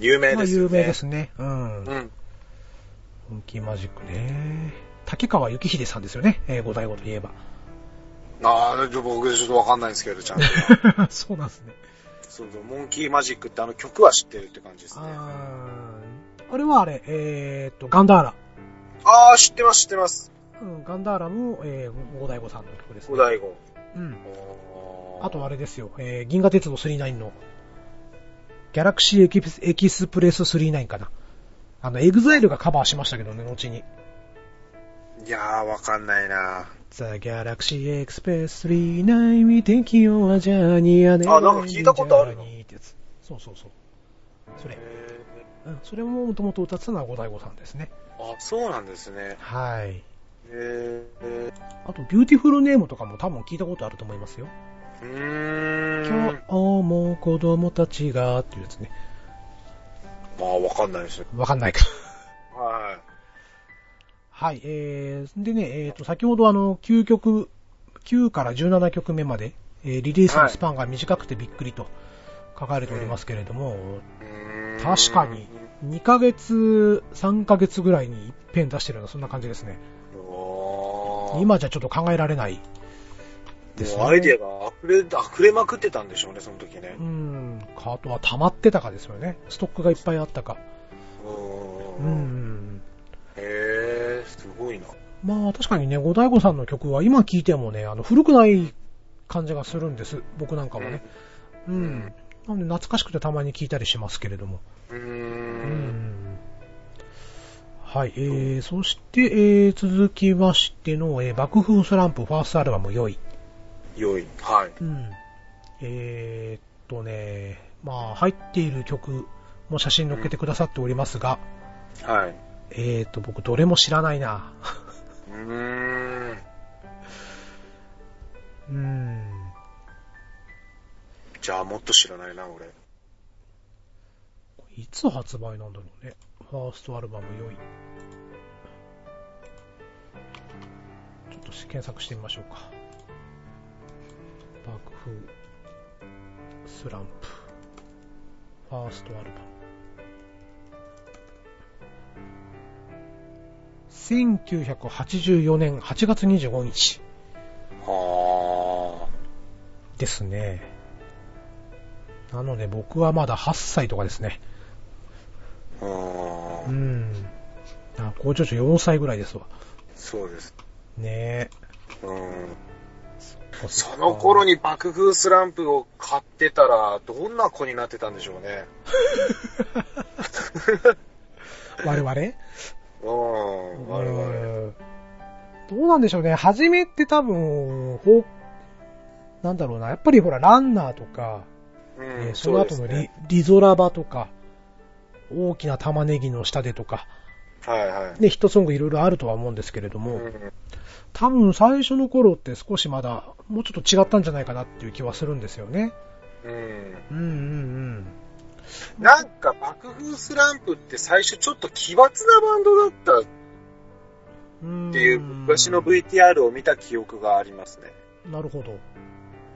有名まあですよね。有名ですね。うん。うモん。ンキーマジックね。竹川幸秀さんですよね。えー、五代五といえ ば。ああ、ちょ僕ちょっとわかんないんですけど、ちゃんと。そうなんですね。そうそう、モンキーマジックってあの曲は知ってるって感じですね。ああーあれはあれ、えーっと、ガンダーラ。あー、知ってます、知ってます。うん、ガンダーラも、えー、五代五さんの曲です五ね。大悟。うん。おーあとあれですよ、えー、銀河鉄道39の、ギャラクシーエキスエキスプレス39かな。あの、エグザイルがカバーしましたけどね、後に。いやー、わかんないなザ・ギャラクシーエクスプレス39見てきよはジャーニーアネあなんか聞いたことあるなってやつ。そうそうそう。それ。うん、それももともと歌ってたのは五代五さんですね。あ、そうなんですね。はい。えー、あと、ビューティフルネームとかも多分聞いたことあると思いますよ。う今ーん。日も子供たちがっていうやつね。まあ、わかんないですね。わかんないか。 ははい。えー、でね、えっ、と、先ほどあの、9曲、9から17曲目まで、えーリリースのスパンが短くてびっくりと書かれておりますけれども、い。うーん確かに。2ヶ月、3ヶ月ぐらいに一遍出してるような、そんな感じですね。おー今じゃちょっと考えられないですね。もうアイデアが溢れ、溢れまくってたんでしょうね、その時ねう。ん、かあとは溜まってたかですよね。ストックがいっぱいあったか。ううーん。ん。へー、すごいな。まあ確かにね、五大悟さんの曲は今聴いてもね、あの古くない感じがするんです。僕なんかもね。うん。なんで懐かしくてたまに聴いたりしますけれども。うー。うんん。はい、えー、そして、えー、続きましての、えー、爆風スランプファーストアルバム良い。良い。はい。うん。えー、っとね、まあ入っている曲も写真載っけてくださっておりますが、はい。えー、っと僕どれも知らないな。うーん。うん。じゃあ、もっと知らないな、俺。いつ発売なんだろうね。ファーストアルバム良い。ちょっと検索してみましょうか。爆風、スランプ、ファーストアルバム。1984年8月25日はですね。なので僕はまだ8歳とかですね。ー。うう。ーんん。あ、校長長4歳ぐらいですわ。そうです。ねうん。え。その頃に爆風スランプを買ってたら、どんな子になってたんでしょうね。我々うん。我々。うんどうなんでしょうね。初めって多分、ほう、なんだろうな。やっぱりほら、ランナーとか、うんえーその後うのリ,、ですねリゾラバとか、大きな玉ねぎの下でとか、はいはい。ね、ヒットソングいろいろあるとは思うんですけれどうも、ん多分最初の頃って少しまだ、もうちょっと違ったんじゃないかなっていう気はするんですよね。うん。うんうんうん。なんか爆風スランプって最初ちょっと奇抜なバンドだったっていう昔の VTR を見た記憶がありますね。なるほど。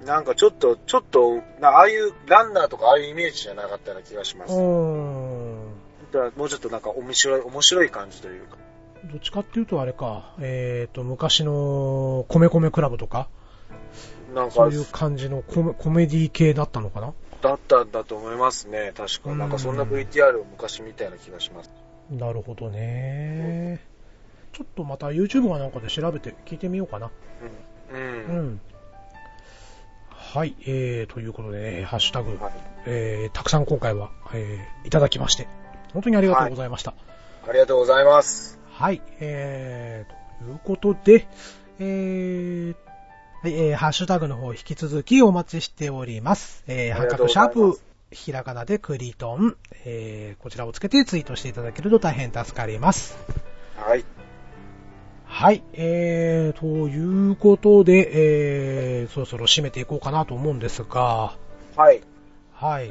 なんかちょっと、ちょっと、なああいうランナーとかああいうイメージじゃなかったような気がします。うん。だからもうちょっとなんか面白い、面白い感じというか。どっちかっていうとあれか、えっ、と、昔の米米クラブとか、なんそかうい、う感じのコメコメディ系だったのかなだったんだと思いますね。確か。なんかそんなうん VTR を昔見たような気がします。なるほどね。ちょっとまた YouTube かなんかで調べて聞いてみようかな。うん。ううん。ん。はい、えー、ということでね、ハッシュタグ、はい。えー、たくさん今回は、えー、いただきまして、本当にありがとうございました。ありがとうございます。はい、えー、ということで、えー、はい、えーハッシュタグの方引き続きお待ちしております。えー、あ半りがとう角シございャまーすプ、ひらがなでクリトン、えー、こちらをつけてツイートしていただけると大変助かります。はい。はい、えー、ということで、えー、そろそろ締めていこうかなと思うんですが、はい。はい、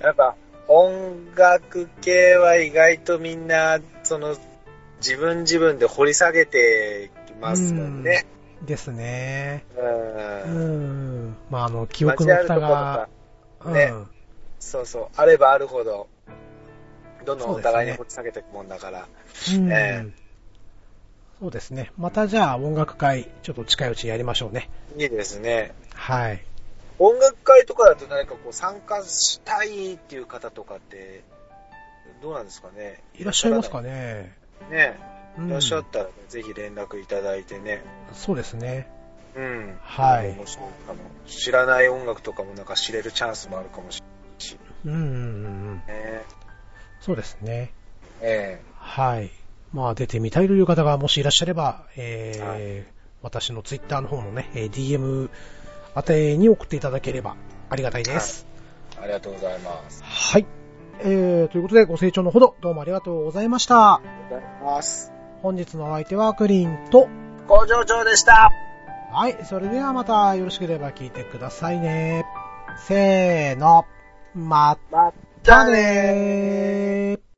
やっぱ音楽系は意外とみんな、その、自分自分で掘り下げてきますもんね。ですね。う。うんん、まあ、あの、記間違憶のえる蓋ところとがか、、ねうん、そうそう、あればあるほど、どんどんそうおですね互いに掘り下げていくもんだから。うんええそうですね。またじゃあ音楽会、ちょっと近いうちやりましょうね。いいですね。はい。音楽会とかだと何かこう参加したいっていう方とかって、どうなんですかね。いらっしゃいますかね。ね。うんいらっしゃったら、ぜひ連絡いただいてね。そうですね。うん。はい面白いかも。知らない音楽とかもなんか知れるチャンスもあるかもしれないし。うんうんうんうん。ねそうですね。ええはい。まあ出てみたいという方がもしいらっしゃれば、えー私のツイッターの方のね、えー DM 宛てに送っていただければありがたいです。ありがとうございます。はい。えー、ということでご清聴のほどどうもありがとうございました。ありがとうございます。本日のお相手はクリンと、工場長でしたはい、それではまたよろしければ聞いてくださいね。せーの、ままたねー。